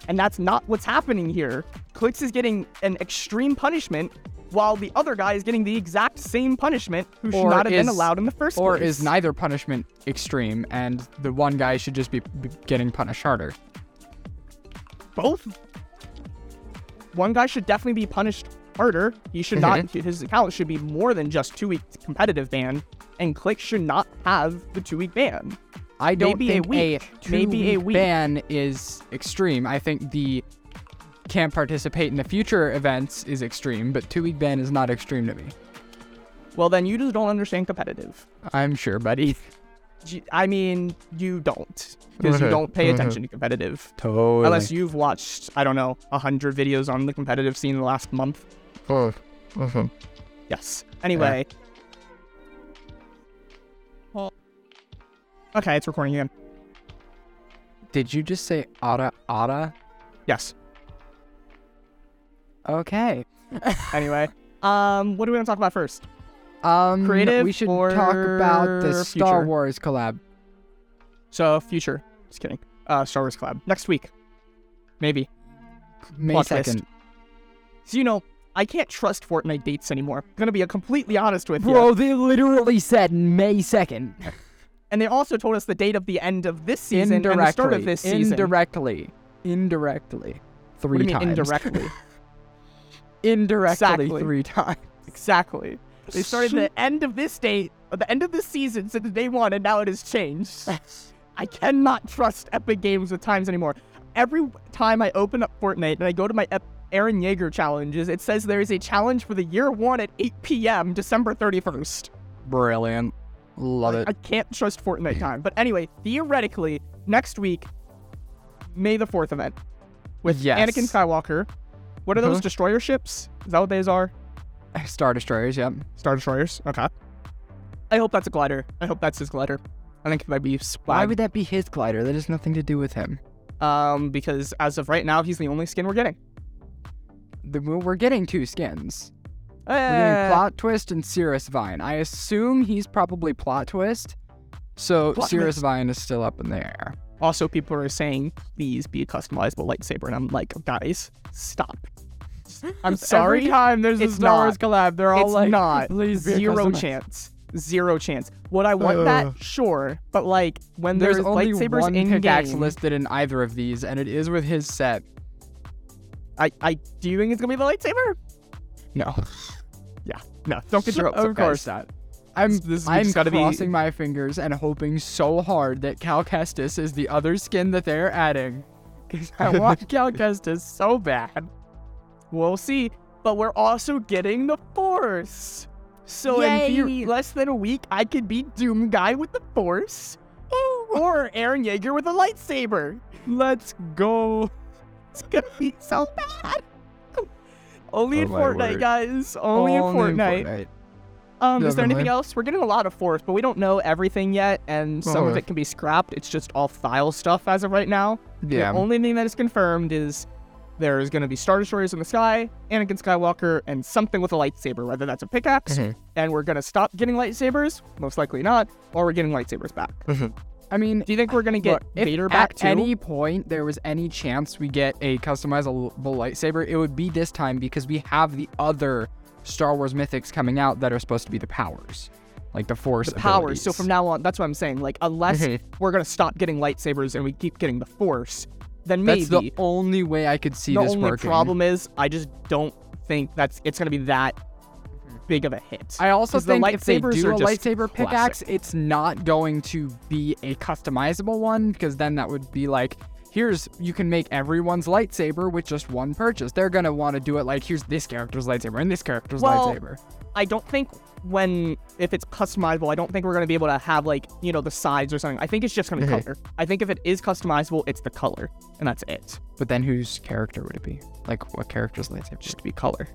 S1: And that's not what's happening here. Klix is getting an extreme punishment while the other guy is getting the exact same punishment who should
S2: Or
S1: not have been
S2: is-
S1: allowed in the first
S2: Or
S1: place.
S2: is neither punishment extreme, and the one guy should just be be getting punished harder?
S1: both. One guy should definitely be punished harder. He should not his account should be more than just two week competitive ban, and Click should not have the two week ban.
S2: I don't
S1: Maybe a
S2: think
S1: week.
S2: two
S1: Maybe a
S2: week
S1: week.
S2: ban is extreme. I think the can't participate in the future events is extreme, but two week ban is not extreme to me.
S1: Well, then you just don't understand competitive.
S2: I'm sure, buddy.
S1: G- I mean, you don't because you
S2: Okay,
S1: don't pay
S2: okay.
S1: attention to competitive
S2: Totally.
S1: unless you've watched I don't know a hundred videos on the competitive scene in the last month. Yes. Anyway. Well, okay, it's recording again.
S2: Did you just say otta otta?
S1: Yes.
S2: Okay.
S1: Anyway, um, what do we want to talk about first?
S2: Um,
S1: Creative
S2: we should talk about the
S1: or
S2: Star
S1: future?
S2: Wars collab.
S1: So future. Just kidding. Uh, Star Wars collab next week, maybe.
S2: May
S1: Plot twist.
S2: 2nd.
S1: So you know, I can't trust Fortnite dates anymore. I'm gonna be completely honest with you.
S2: they literally said May 2nd.
S1: And they also told us the date of the end of this season
S2: Indirectly.
S1: and the start of this season.
S2: Indirectly. Indirectly. Three
S1: What do you mean
S2: times.
S1: indirectly?
S2: indirectly
S1: Exactly.
S2: three times.
S1: exactly. They started the end of this date, or the end of this season since day one, and now it has changed. I cannot trust Epic Games with times anymore. Every time I open up Fortnite and I go to my Ep- Aaron Yeager challenges, it says there is a challenge for the year one at 8 p.m. December 31st.
S2: Brilliant. Love it.
S1: I can't trust Fortnite time. But anyway, theoretically, next week, May the 4th event with
S2: Yes.
S1: Anakin Skywalker. What are those
S2: Mhm.
S1: destroyer ships? Is that what those are?
S2: Star Destroyers, yep.
S1: Star destroyers. Okay. I hope that's a glider. I hope that's his glider. I think it might be
S2: Why
S1: swag.
S2: would that be his glider? That has nothing to do with him.
S1: um, because as of right now, he's the only skin we're getting.
S2: The, we're getting two skins. We're
S1: Eh,
S2: getting Plot Twist and Cirrus Vine. I assume he's probably Plot Twist. So
S1: Plot
S2: Cirrus
S1: Twist.
S2: Vine is still up in the air.
S1: Also, people are saying, please be a customizable lightsaber. And I'm like, guys, stop. I'm sorry.
S2: Every time there's
S1: It's
S2: a Star Wars
S1: not.
S2: collab, they're all
S1: it's
S2: like,
S1: not
S2: Please be a
S1: zero
S2: custom-"
S1: chance. Zero chance. Would I want
S2: Ugh.
S1: that? Sure, but like when
S2: There's,
S1: there's,
S2: only
S1: lightsabers
S2: one
S1: in
S2: pickaxe
S1: game,
S2: listed in either of these, and it is with his set.
S1: I, I do you think it's gonna be the lightsaber?
S2: No,
S1: Yeah, no, don't get your hopes
S2: of
S1: up, guys.
S2: course not. I'm
S1: This- this
S2: I'm
S1: week's gotta be-
S2: crossing my fingers and hoping so hard that Cal Kestis is the other skin that they're adding. 'Cause I want Cal Kestis so bad.
S1: We'll see. But we're also getting the force. So in few-
S2: Yay.
S1: less than a week, I could beat Doom Guy with the Force, or Aaron Yeager with a lightsaber.
S2: Let's go.
S1: It's gonna be so bad. Only in
S2: Oh my
S1: Fortnite,
S2: word.
S1: guys. Only, in Fortnite. Um, is there anything
S2: Definitely.
S1: else? We're getting a lot of force, but we don't know everything yet, and some of
S2: Oh.
S1: it can be scrapped. It's just all file stuff as of right now.
S2: Yeah.
S1: The only thing that is confirmed is there's going to be Star Destroyers in the sky, Anakin Skywalker, and something with a lightsaber, whether that's a pickaxe,
S2: Mhm.
S1: and we're going to stop getting lightsabers, most likely not, or we're getting lightsabers back.
S2: I mean,
S1: Do you think we're going to get
S2: look, if
S1: Vader
S2: at
S1: back too?
S2: any point there was any chance we get a customizable lightsaber, it would be this time because we have the other Star Wars mythics coming out that are supposed to be the powers, like the Force
S1: the powers. So from now on, that's what I'm saying. Like, unless
S2: Mhm.
S1: we're going to stop getting lightsabers and we keep getting the Force, then maybe.
S2: that's the only way I could see
S1: the
S2: this
S1: only
S2: working.
S1: problem is I just don't think that's it's gonna be that
S2: Mm-hmm.
S1: big of a hit.
S2: I also
S1: 'Cause the
S2: think if they
S1: lightsabers
S2: do
S1: are
S2: a
S1: just
S2: lightsaber pickaxe,
S1: classic.
S2: it's not going to be a customizable one because then that would be like, here's you can make everyone's lightsaber with just one purchase. They're gonna want to do it like here's this character's lightsaber and this character's
S1: Well,
S2: lightsaber.
S1: I don't think when if it's customizable, I don't think we're gonna be able to have like you know the sides or something. I think it's just gonna be
S2: Mhm.
S1: color. I think if it is customizable, it's the color, and that's it.
S2: But then whose character would it be? Like what character's lightsaber?
S1: Just to be color.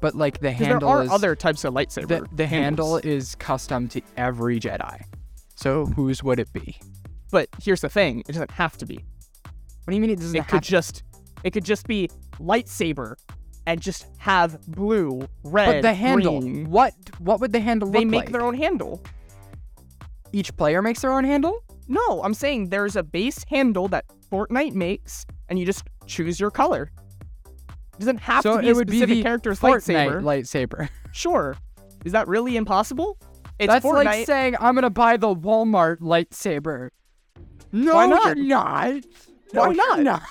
S2: But like the
S1: 'Cause
S2: handle
S1: there are
S2: is
S1: other types of lightsaber.
S2: the, the handle
S1: handles.
S2: is custom to every Jedi. So whose would it be?
S1: but here's the thing: it doesn't have to be.
S2: What do you mean it doesn't
S1: It
S2: have
S1: could just it could just be lightsaber, and just have blue, red,
S2: But the handle,
S1: green.
S2: what what would the handle
S1: They
S2: look
S1: make
S2: like?
S1: their own handle.
S2: Each player makes their own handle.
S1: No, I'm saying there's a base handle that Fortnite makes, and you just choose your color. It doesn't have
S2: so
S1: to be
S2: it
S1: a
S2: would
S1: specific
S2: be the
S1: character's
S2: Fortnite
S1: lightsaber.
S2: lightsaber.
S1: sure. Is that really impossible? It's
S2: That's
S1: Fortnite.
S2: like saying I'm gonna buy the Walmart lightsaber. No,
S1: Why not?
S2: you're not.
S1: Why
S2: No, you're
S1: not?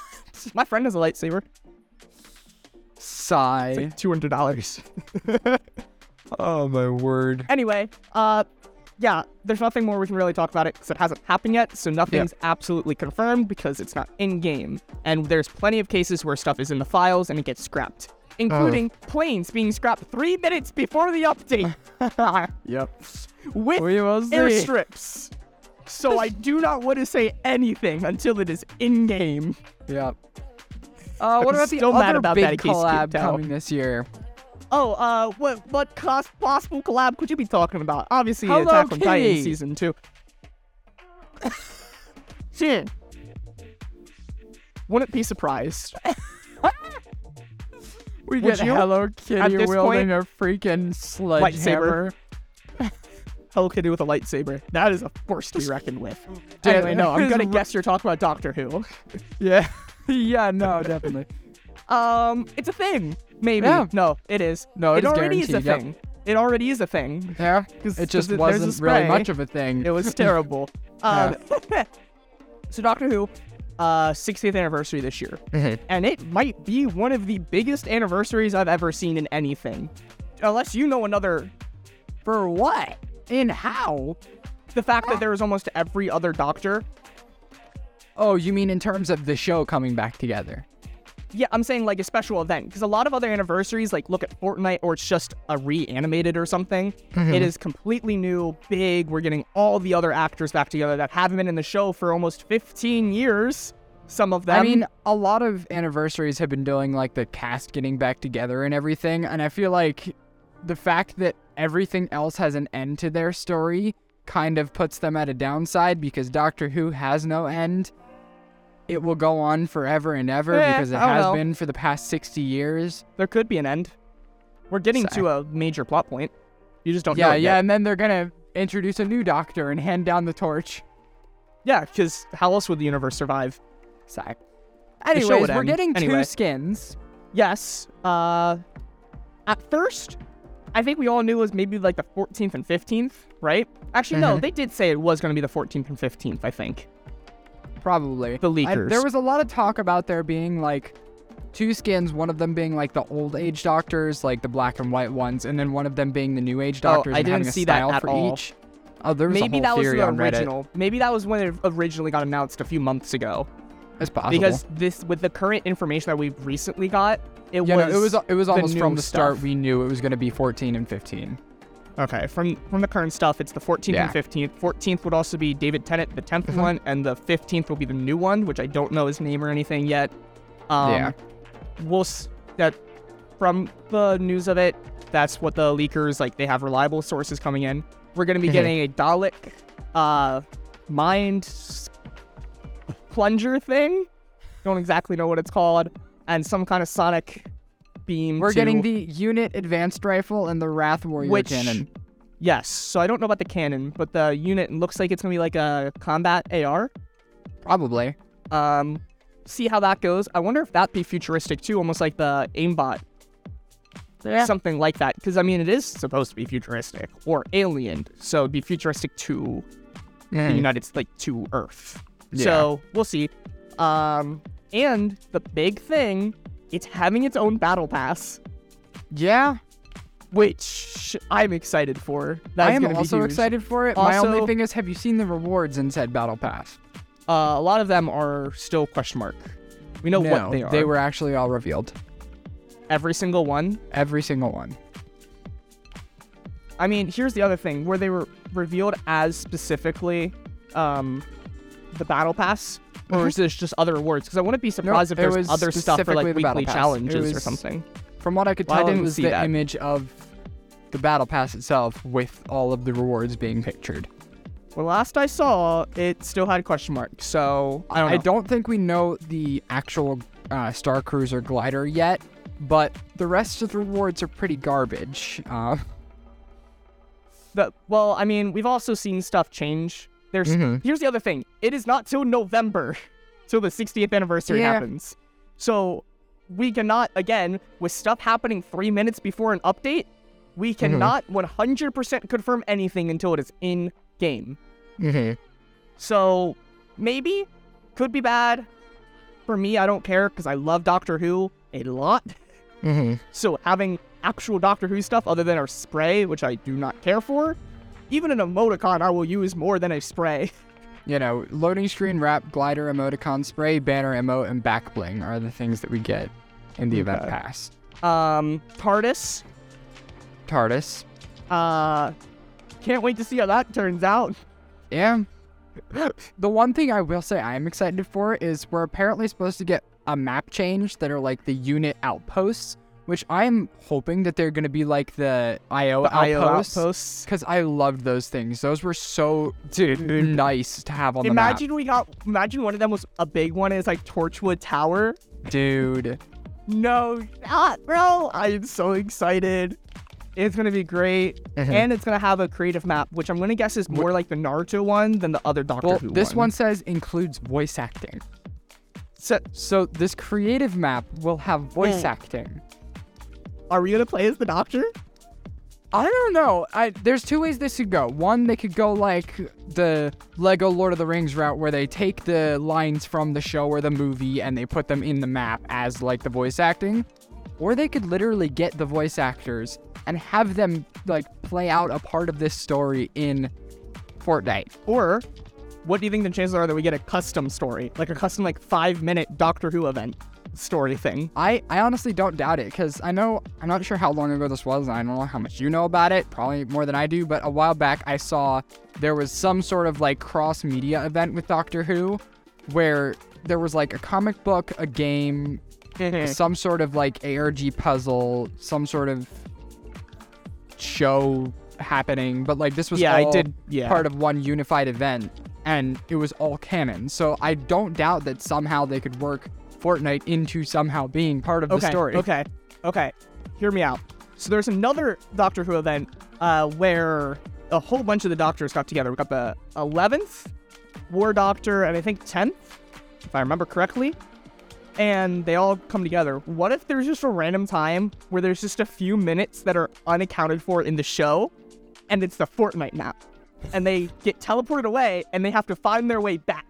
S1: My friend has a lightsaber.
S2: Sigh.
S1: Two hundred dollars.
S2: Oh my word.
S1: anyway, uh, yeah, there's nothing more we can really talk about it because it hasn't happened yet, so nothing's absolutely confirmed because it's not in game. And there's plenty of cases where stuff is in the files and it gets scrapped, including planes being scrapped three minutes before the update
S2: Yep.
S1: with
S2: We will see.
S1: airstrips. So I do not want to say anything until it is in game.
S2: Yep. Uh, what
S1: I'm
S2: about the
S1: still
S2: other
S1: mad about
S2: big
S1: that, in case you
S2: collab
S1: can't tell.
S2: coming this year?
S1: Oh, uh, what what cos- possible collab could you be talking about? Obviously,
S2: Hello
S1: Attack on Titan
S2: Kitty.
S1: season two. Shit. Wouldn't be surprised.
S2: We
S1: Would
S2: get
S1: you?
S2: Hello Kitty
S1: this
S2: wielding
S1: point,
S2: a freaking sledgehammer.
S1: Hello Kitty with a lightsaber. That is a force to be reckoned with.
S2: Dude,
S1: anyway, no, I'm
S2: his
S1: gonna
S2: ru-
S1: guess you're talking about Doctor Who.
S2: Yeah. yeah. No, definitely.
S1: Um, it's a thing. Maybe.
S2: Yeah.
S1: No, it is.
S2: No, it
S1: it
S2: is
S1: already is a
S2: guaranteed, yep.
S1: thing. It already is a thing.
S2: Yeah.
S1: 'Cause-
S2: It
S1: 'cause
S2: just
S1: there's a
S2: wasn't really
S1: spray.
S2: much of a thing.
S1: It was terrible. um, so Doctor Who, uh, 60th anniversary this year,
S2: Mm-hmm.
S1: and it might be one of the biggest anniversaries I've ever seen in anything, unless you know another.
S2: For what? In how?
S1: The fact that there is almost every other Doctor.
S2: Oh, you mean in terms of the show coming back together?
S1: Yeah, I'm saying like a special event because a lot of other anniversaries, like look at Fortnite or it's just a reanimated or something.
S2: Mm-hmm.
S1: It is completely new, big. We're getting all the other actors back together that haven't been in the show for almost 15 years. Some of them.
S2: I mean, a lot of anniversaries have been doing like the cast getting back together and everything, and I feel like the fact that everything else has an end to their story kind of puts them at a downside because Doctor Who has no end. It will go on forever and ever
S1: Eh,
S2: because it
S1: I don't
S2: has
S1: know.
S2: been for the past 60 years.
S1: there could be an end. We're getting
S2: Sigh.
S1: to a major plot point. You just don't know.
S2: yeah,
S1: it
S2: Oh, yeah,
S1: yet.
S2: and then they're going to introduce a new doctor and hand down the torch.
S1: yeah. Because how else would the universe survive?
S2: Sigh.
S1: show
S2: Anyways,
S1: would
S2: we're
S1: end.
S2: getting
S1: Anyway.
S2: two skins.
S1: Yes. Uh, at first, I think we all knew it was maybe like the 14th and 15th, right? Actually,
S2: Mm-hmm.
S1: no, they did say it was going to be the 14th and 15th. I think.
S2: Probably.
S1: The
S2: I- there
S1: leakers.
S2: was a lot of talk about there being like two skins, one of them being like the old age doctors, like the black and white ones, and then one of them being the new age
S1: Oh,
S2: doctors.
S1: I
S2: and having
S1: didn't
S2: a
S1: see that
S2: style
S1: at
S2: for
S1: all.
S2: each. Oh, there was a
S1: Maybe
S2: whole
S1: that was
S2: theory
S1: the
S2: on Reddit.
S1: original. Maybe that was when it originally got announced a few months ago.
S2: It's possible.
S1: because this with the current information that we've recently got, it
S2: yeah, no,
S1: was
S2: it was it was
S1: the
S2: almost from
S1: new
S2: the start
S1: stuff.
S2: we knew it was going to be 14 and 15.
S1: Okay, from from the current stuff, it's the 14th
S2: Yeah. Mm-hmm.
S1: and 15th. 14th would also be David Tennant, the 10th one, and the 15th will be the new one, which I don't know his name or anything yet. Um,
S2: Yeah.
S1: We'll s- that from the news of it, that's what the leakers like. They have reliable sources coming in. We're gonna be
S2: Mhm.
S1: getting a Dalek, uh, mind s- plunger thing. Don't exactly know what it's called, and some kind of sonic beam.
S2: We're getting
S1: to-
S2: the unit advanced rifle and the Wrath Warrior
S1: which
S2: cannon.
S1: yes so i don't know about the cannon but the unit looks like it's gonna be like a combat ar
S2: Probably.
S1: um see how that goes i wonder if that be futuristic too almost like the aimbot
S2: Yeah.
S1: something like that because i mean it is supposed to be futuristic or alien so it'd be futuristic to
S2: Hmm.
S1: the united states like to earth so we'll see um and the big thing it's having its own battle pass
S2: yeah.
S1: which i'm excited for that's
S2: I am
S1: gonna be
S2: also
S1: huge.
S2: excited for it. My only
S1: Also-
S2: thing is, have you seen the rewards in said battle pass?
S1: Uh, a lot of them are still question mark. We know what they are.
S2: were actually all revealed.
S1: every single one.
S2: Every single one.
S1: I mean, here's the other thing: where they were revealed as specifically um, the battle pass, or is this just other awards? Because I wouldn't be surprised
S2: Mm-hmm. Nope, it
S1: if
S2: was
S1: there's other stuff for like
S2: specifically the battle
S1: weekly
S2: pass. It
S1: challenges or
S2: was-
S1: something.
S2: From what I could
S1: Well, I
S2: tell, it
S1: didn't
S2: was
S1: see
S2: the
S1: that.
S2: image of the battle pass itself with all of the rewards being pictured.
S1: Well, last I saw, it still had question mark. So I don't. Know.
S2: I don't think we know the actual uh, Star Cruiser glider yet, but the rest of the rewards are pretty garbage. Uh,
S1: The, well, I mean, we've also seen stuff change. There's
S2: Mhm.
S1: here's the other thing: it is not till November, till the 60th anniversary
S2: Yeah.
S1: happens. So we cannot, again, with stuff happening three minutes before an update, we cannot 100% confirm anything until it is in game. So maybe could be bad. For me, I don't care because I love Doctor Who a lot. So having actual Doctor Who stuff other than our spray, which I do not care for, even an emoticon I will use more than a spray.
S2: You know, loading screen wrap, glider emoticon, spray, banner emo, and back bling are the things that we get in the event
S1: Okay.
S2: pass.
S1: Um, TARDIS.
S2: TARDIS.
S1: Uh, can't wait to see how that turns out.
S2: Yeah. The one thing I will say I am excited for is we're apparently supposed to get a map change that are like the unit outposts, which I'm hoping that they're going to be like the IO
S1: The IO
S2: outposts.
S1: outposts.
S2: Because I loved those things. Those were so nice to have on
S1: Imagine we got. Imagine one of them was a big one. It's like Torchwood Tower.
S2: the map. Dude.
S1: No shot, bro! I'm so excited. It's gonna be great, and it's gonna have a creative map, which I'm gonna guess is more like the Naruto one than the other Doctor
S2: Well,
S1: Who
S2: this
S1: one.
S2: one says includes voice acting.
S1: So,
S2: So this creative map will have voice
S1: Mm.
S2: acting.
S1: are we gonna play as the Doctor?
S2: I don't know. I there's two ways this could go. One, they could go like the Lego Lord of the Rings route where they take the lines from the show or the movie and they put them in the map as like the voice acting. Or they could literally get the voice actors and have them like play out a part of this story in Fortnite.
S1: Or what do you think the chances are that we get a custom story? Like a custom like five minute Doctor Who event story thing.
S2: I, I honestly don't doubt it because I know I'm not sure how long ago this was. And I don't know how much you know about it, probably more than I do. But a while back, I saw there was some sort of like cross media event with Doctor Who, where there was like a comic book, a game, some sort of like ARG puzzle, some sort of show happening. But like this was
S1: Yeah, I
S2: all
S1: did- yeah.
S2: part of one unified event, and it was all canon. So I don't doubt that somehow they could work Fortnite into somehow being part of
S1: okay,
S2: the story.
S1: Okay. Okay. Hear me out. So there's another Doctor Who event uh, where a whole bunch of the doctors got together. We got the 11th War Doctor and I think 10th, if I remember correctly. And they all come together. What if there's just a random time where there's just a few minutes that are unaccounted for in the show and it's the Fortnite map? And they get teleported away and they have to find their way back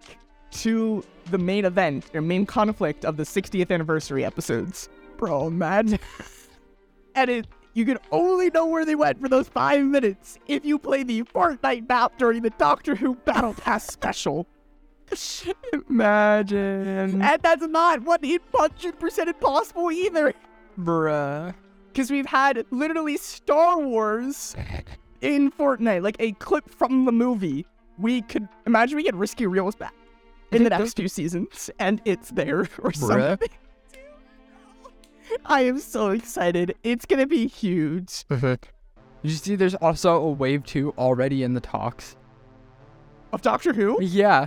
S1: to the main event or main conflict of the 60th anniversary episodes. Bro, man. and it, you can only know where they went for those five minutes if you play the Fortnite map during the Doctor Who Battle Pass special.
S2: Imagine.
S1: and that's not what it hundred percent possible either,
S2: Bruh.
S1: because we've had literally Star Wars in Fortnite, like a clip from the movie. We could imagine we get risky reels back in the
S2: Yeah,
S1: next two seasons, and it's there or
S2: Bruh.
S1: something. I am so excited. It's gonna be huge.
S2: Did you see there's also a wave two already in the talks?
S1: Of Doctor Who?
S2: Yeah.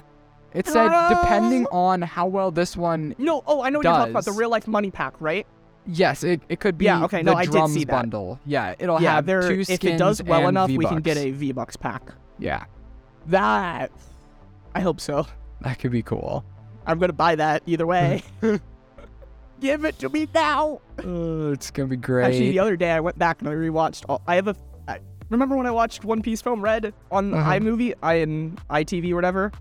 S2: It said depending
S1: Bruh.
S2: on how well this one
S1: No. Oh, I know what you're talking about. The
S2: Does.
S1: real life money pack, right?
S2: yes, it, it could be
S1: Yeah, okay, no,
S2: the
S1: I did see
S2: drums
S1: that.
S2: bundle. Yeah, it'll
S1: yeah.
S2: have
S1: There.
S2: two
S1: If
S2: skins
S1: it does well
S2: and
S1: enough, we can get
S2: V-Bucks.
S1: a V Bucks pack.
S2: Yeah.
S1: That. I hope so.
S2: That could be cool.
S1: I'm gonna buy that either way. Give it to me now.
S2: Oh, it's gonna be great.
S1: Uh, Actually, the other day I went back and I rewatched. All, I have a. I, remember when I watched One Piece Film Red on
S2: Uh-huh.
S1: iMovie, I in ITV, or whatever.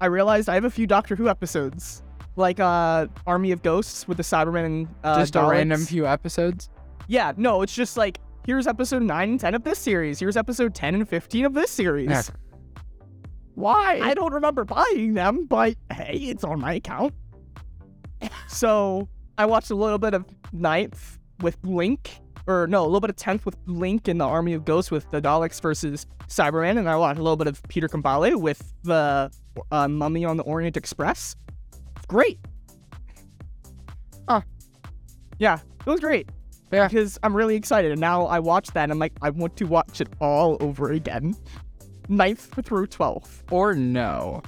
S1: I realized I have a few Doctor Who episodes, like uh Army of Ghosts with the Cybermen and uh,
S2: Just a random
S1: Daleks.
S2: few episodes.
S1: Yeah, no, it's just like here's episode nine and ten of this series. Here's episode ten and fifteen of this series.
S2: Yeah.
S1: Why? I don't remember buying them, but hey, it's on my account. so I watched a little bit of Ninth with Blink, or no, a little bit of Tenth with Blink and the Army of Ghosts with the Daleks versus Cyberman, and I watched a little bit of Peter Kambale with the uh, Mummy on the Orient Express. Great.
S2: Huh.
S1: Yeah, it was great
S2: Yeah.
S1: because I'm really excited. And now I watch that and I'm like, I want to watch it all over again. Ninth through 12th.
S2: Or no.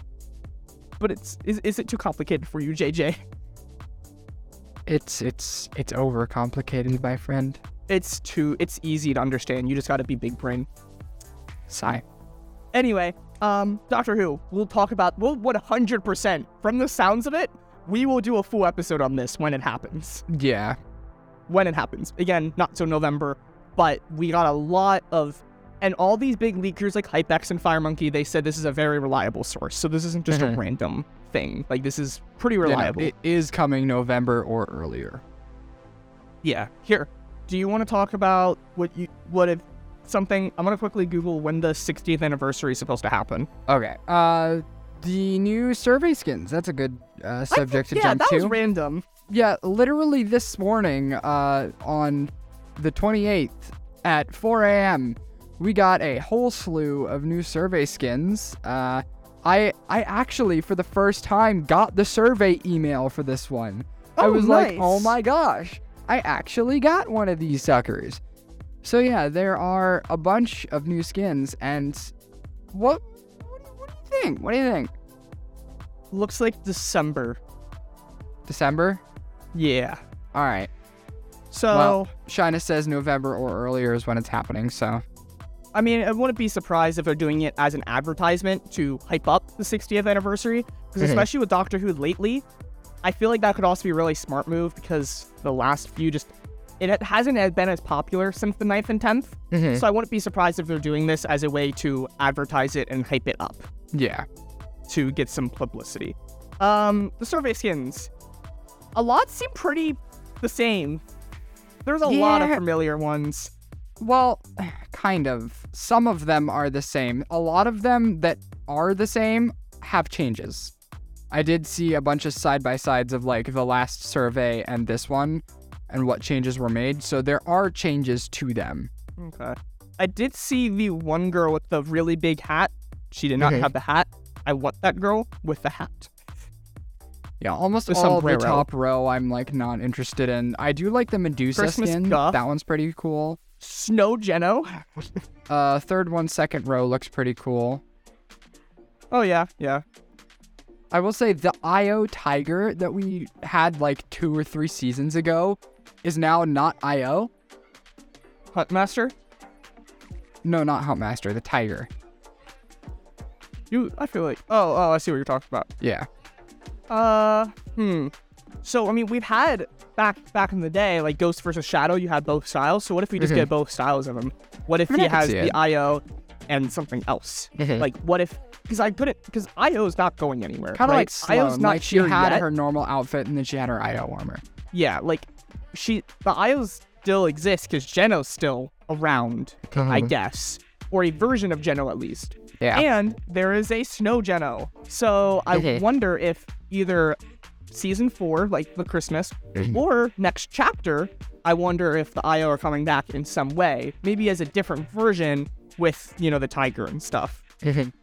S1: But it's is, is it too complicated for you, JJ?
S2: It's it's it's overcomplicated, my friend.
S1: It's too it's easy to understand. You just gotta be big brain.
S2: Sigh.
S1: Anyway, um, Doctor Who, we'll talk about we'll 100 percent from the sounds of it, we will do a full episode on this when it happens.
S2: Yeah.
S1: when it happens. Again, not till November, but we got a lot of, and all these big leakers like HypeX and FireMonkey, they said this is a very reliable source. So this isn't just
S2: Mhm.
S1: a random thing. Like this is pretty
S2: You know,
S1: reliable.
S2: it is coming November or earlier.
S1: yeah. Here, do you want to talk about what you what if something? I'm gonna quickly Google when the 60th anniversary is supposed to happen.
S2: Okay. Uh, the new survey skins. That's a good uh, subject to
S1: yeah,
S2: jump
S1: that
S2: to.
S1: was random.
S2: yeah, literally this morning, uh, on the 28th at 4 a.m., we got a whole slew of new survey skins. Uh, I I actually for the first time got the survey email for this one. I
S1: Oh,
S2: was like, oh
S1: nice.
S2: my gosh, I actually got one of these suckers. So yeah, there are a bunch of new skins, and what what do, what do you think? What do you think?
S1: Looks like December.
S2: December?
S1: Yeah.
S2: All right.
S1: So
S2: Well, Shina says November or earlier is when it's happening, so
S1: I mean, I wouldn't be surprised if they're doing it as an advertisement to hype up the 60th anniversary, because
S2: Mhm.
S1: especially with Doctor Who lately, I feel like that could also be a really smart move because the last few just it hasn't had been as popular since the 9th and 10th.
S2: Mhm.
S1: So I wouldn't be surprised if they're doing this as a way to advertise it and hype it up
S2: yeah.
S1: to get some publicity. Um, the survey skins, a lot seem pretty the same. There's a lot of
S2: Yeah.
S1: familiar ones.
S2: Well, kind of. Some of them are the same. A lot of them that are the same have changes. I did see a bunch of side by sides of like the last survey and this one and what changes were made, so there are changes to them.
S1: Okay. I did see the one girl with the really big hat. She did not
S2: Mhm.
S1: have the hat. I want that girl with the hat.
S2: Yeah, almost
S1: The
S2: all the
S1: sombrero.
S2: top row I'm like not interested in. I do like the Medusa
S1: Christmas
S2: skin.
S1: scarf.
S2: That one's pretty cool.
S1: Snow Geno.
S2: Uh third one second row looks pretty cool.
S1: Oh yeah, yeah.
S2: I will say the IO Tiger that we had like two or three seasons ago is now not IO.
S1: Huntmaster.
S2: No, not Huntmaster, the Tiger.
S1: You I feel like oh oh I see what you're talking about.
S2: Yeah.
S1: Uh hmm. So I mean we've had back back in the day, like Ghost versus Shadow, you had both styles. So what if we just
S2: Mhm.
S1: get both styles of them? What if
S2: I mean, I
S1: he
S2: could
S1: has
S2: see
S1: the
S2: it.
S1: IO and something else?
S2: Mhm.
S1: Like what if because I couldn't because IO's not going anywhere.
S2: Kind of
S1: right?
S2: like Sloane.
S1: IO's not
S2: Like she
S1: here
S2: had
S1: yet.
S2: her normal outfit and then she had her IO armor.
S1: yeah, like she the Isles still exists because Geno's still around, I guess, or a version of Geno at least.
S2: Yeah.
S1: And there is a snow geno. So I
S2: Mhm.
S1: wonder if either season four, like the Christmas, or next chapter, I wonder if the IO are coming back in some way, maybe as a different version with, you know, the tiger and stuff. Because we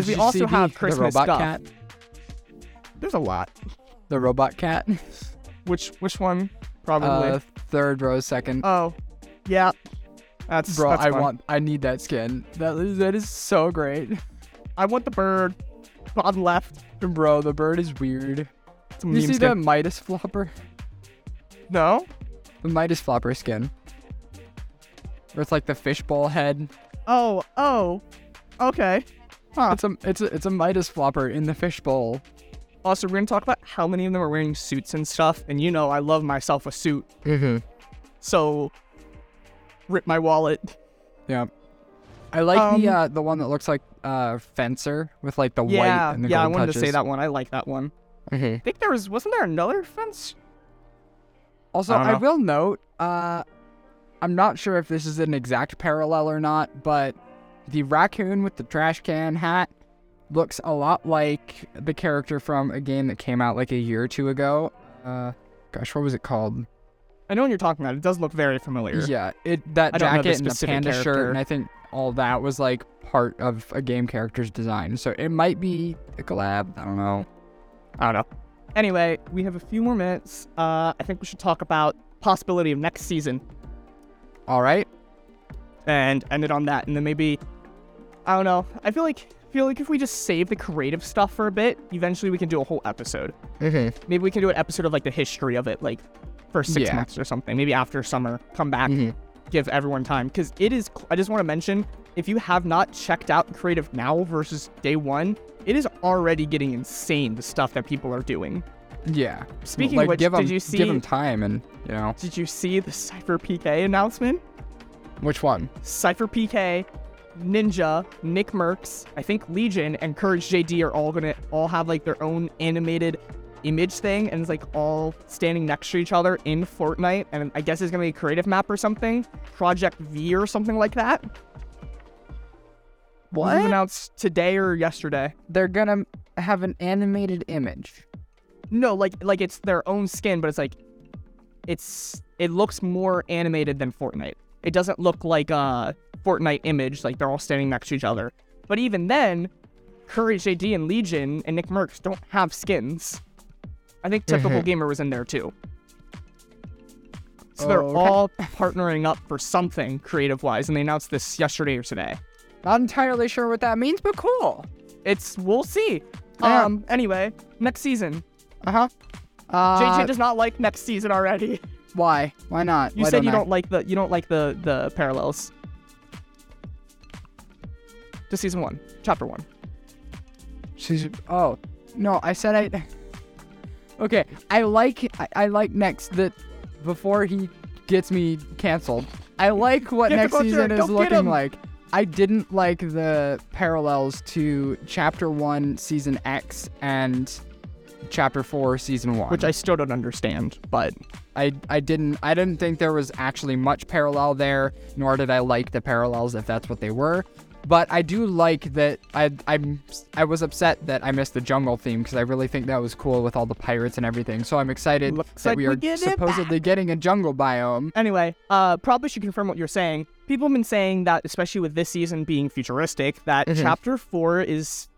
S2: Did you
S1: also
S2: see
S1: have
S2: the,
S1: Christmas
S2: the robot
S1: stuff.
S2: cat.
S1: There's a lot.
S2: The robot cat.
S1: Which which one? Probably.
S2: Uh, third row, second.
S1: oh, yeah. That's
S2: Bro,
S1: that's
S2: I
S1: fun.
S2: want. I need that skin. That is, that is so great.
S1: I want the bird. Bottom left.
S2: Bro, the bird is weird.
S1: It's a
S2: You
S1: meme
S2: see the
S1: skin.
S2: Midas flopper?
S1: No.
S2: The Midas flopper skin. Where it's like the fishbowl head.
S1: Oh oh. Okay. Huh.
S2: It's a it's a it's a Midas flopper in the fishbowl.
S1: Also, we're gonna talk about how many of them are wearing suits and stuff, and you know I love myself a suit,
S2: Mm-hmm.
S1: so rip my wallet.
S2: Yeah. I like
S1: Um,
S2: the uh, the one that looks like uh fencer with like the
S1: yeah,
S2: white and the
S1: yeah, I
S2: gold Mm-hmm.
S1: wanted to say
S2: touches.
S1: that one. I like that one. I think there was wasn't there another fence?
S2: Also,
S1: I don't
S2: I,
S1: know.
S2: will note, uh, I'm not sure if this is an exact parallel or not, but the raccoon with the trash can hat looks a lot like the character from a game that came out like a year or two ago. Uh, gosh, what was it called?
S1: I know what you're talking about. It does look very familiar.
S2: Yeah, it that
S1: I don't know the
S2: jacket and the
S1: specific
S2: panda shirt,
S1: character.
S2: and I think all that was like part of a game character's design. So it might be a collab. I don't know.
S1: I don't know. Anyway, we have a few more minutes. Uh, I think we should talk about possibility of next season
S2: All right.
S1: and end it on that, and then maybe I don't know. I feel like feel like if we just save the creative stuff for a bit, eventually we can do a whole episode.
S2: Mm-hmm.
S1: Maybe we can do an episode of like the history of it, like for six
S2: Yeah.
S1: months or something. Maybe after summer, come back,
S2: Mhm.
S1: give everyone time because it is. I just want to mention if you have not checked out Creative Now versus Day One, it is already getting insane the stuff that people are doing.
S2: Yeah.
S1: Speaking
S2: like,
S1: of which,
S2: give 'em-
S1: did you
S2: give
S1: see?
S2: them time and you know
S1: Did you see the Cypher PK announcement?
S2: which one?
S1: Cypher PK, Ninja, Nick Merckx, I think Legion, and Courage JD are all gonna all have like their own animated image thing and it's like all standing next to each other in Fortnite and I guess it's gonna be a creative map or something. Project V or something like that. This was announced today or yesterday.
S2: They're gonna have an animated image.
S1: No, like like it's their own skin, but it's like it's it looks more animated than Fortnite. It doesn't look like a Fortnite image, like they're all standing next to each other. But even then, Courage AD and Legion and Nick Merckx don't have skins. I think
S2: Mm-hmm.
S1: Typical Gamer was in there too. So they're
S2: Oh, Okay.
S1: all partnering up for something creative wise, and they announced this yesterday or today.
S2: Not entirely sure what that means, but cool.
S1: It's we'll see.
S2: Yeah.
S1: Um. Anyway, next season.
S2: Uh-huh. Uh
S1: JJ does not like next season already.
S2: Why? Why not?
S1: You
S2: Why
S1: said you
S2: I?
S1: don't like the you don't like the the parallels to season one, chapter one.
S2: She's oh no, I said I. Okay, I like I, I like next that before he gets me canceled. I like what
S1: Get the
S2: next
S1: culture,
S2: season
S1: don't
S2: is
S1: get
S2: looking
S1: him.
S2: like. I didn't like the parallels to chapter one, season X, and chapter four, season one.
S1: Which I still don't understand, but
S2: I, I didn't I didn't think there was actually much parallel there, nor did I like the parallels if that's what they were. But I do like that I I'm I was upset that I missed the jungle theme because I really think that was cool with all the pirates and everything. So I'm excited
S1: Looks
S2: that
S1: like
S2: we
S1: we
S2: are
S1: get it
S2: supposedly getting a jungle biome.
S1: anyway, uh, probably should confirm what you're saying. People have been saying that, especially with this season being futuristic, that
S2: Mhm.
S1: chapter four is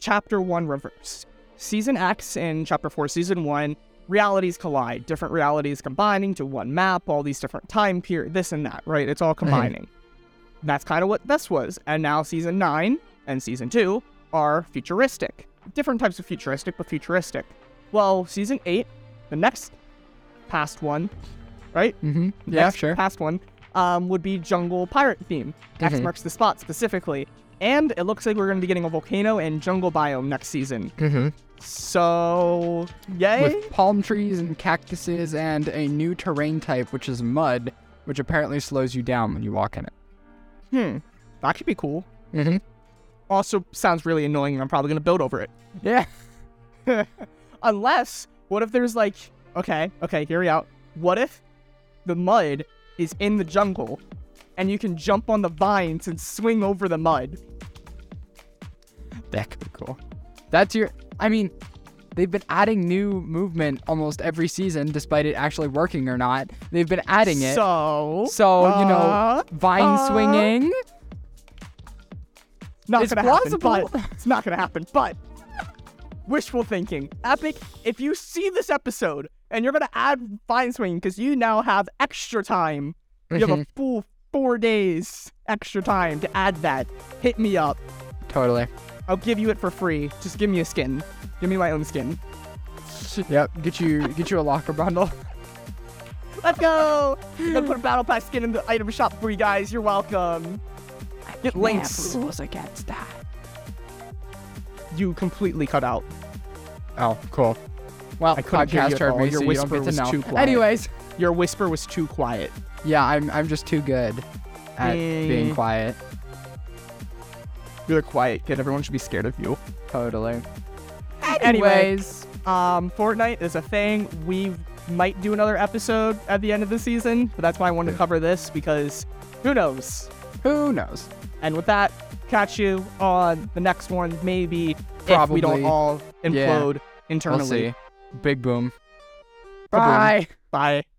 S1: chapter one reverse. Season X and chapter four, season one, realities collide. Different realities combining to one map. All these different time period, this and that. Right? It's all combining. That's kind of what this was. And now season nine and season two are futuristic. Different types of futuristic, but futuristic. Well, season eight, the next past one, right?
S2: Mm-hmm. Yeah,
S1: next
S2: sure.
S1: past one um, would be jungle pirate theme. X
S2: Mhm.
S1: marks the spot specifically. And it looks like we're going to be getting a volcano and jungle biome next season.
S2: Mm-hmm.
S1: So, yay!
S2: With palm trees and cactuses and a new terrain type, which is mud, which apparently slows you down when you walk in it.
S1: hmm, that could be cool.
S2: Mm-hmm.
S1: Also, sounds really annoying, and I'm probably going to build over it.
S2: Yeah.
S1: Unless, what if there's like, okay, okay, hear me out. What if the mud is in the jungle, and you can jump on the vines and swing over the mud?
S2: That could be cool. That's your. I mean, they've been adding new movement almost every season, despite it actually working or not. They've been adding it.
S1: So,
S2: So, you know,
S1: uh,
S2: vine
S1: uh,
S2: swinging.
S1: not
S2: it's
S1: gonna
S2: plausible.
S1: happen. But it's not gonna happen. But wishful thinking, Epic. If you see this episode and you're gonna add Vine Swing because you now have extra time, you
S2: Mm-hmm.
S1: have a full four days extra time to add that. Hit me up.
S2: Totally.
S1: I'll give you it for free. Just give me a skin. Give me my own skin.
S2: Yep. Get you get you a locker bundle.
S1: Let's go. I'm gonna put a battle pass skin in the item shop for you guys. You're welcome. Get links.
S2: rules against that.
S1: You completely cut out.
S2: Oh, cool. Well,
S1: I couldn't hear you
S2: podcast
S1: at
S2: heard
S1: all.
S2: me,
S1: Your
S2: so you don't
S1: whisper
S2: get to
S1: was
S2: know.
S1: too quiet.
S2: Anyways,
S1: Your whisper was too quiet.
S2: yeah, I'm I'm just too good at being
S1: Mm.
S2: quiet.
S1: You're a quiet kid. Everyone should be scared of you.
S2: Totally.
S1: Anyway,
S2: Anyways,
S1: um, Fortnite is a thing. We might do another episode at the end of the season, but that's why I wanted to cover this because who knows?
S2: who knows?
S1: And with that, catch you on the next one, maybe if we
S2: Probably.
S1: don't all
S2: Yeah.
S1: implode internally.
S2: We'll see. Big boom.
S1: Kaboom.
S2: Bye.
S1: Bye.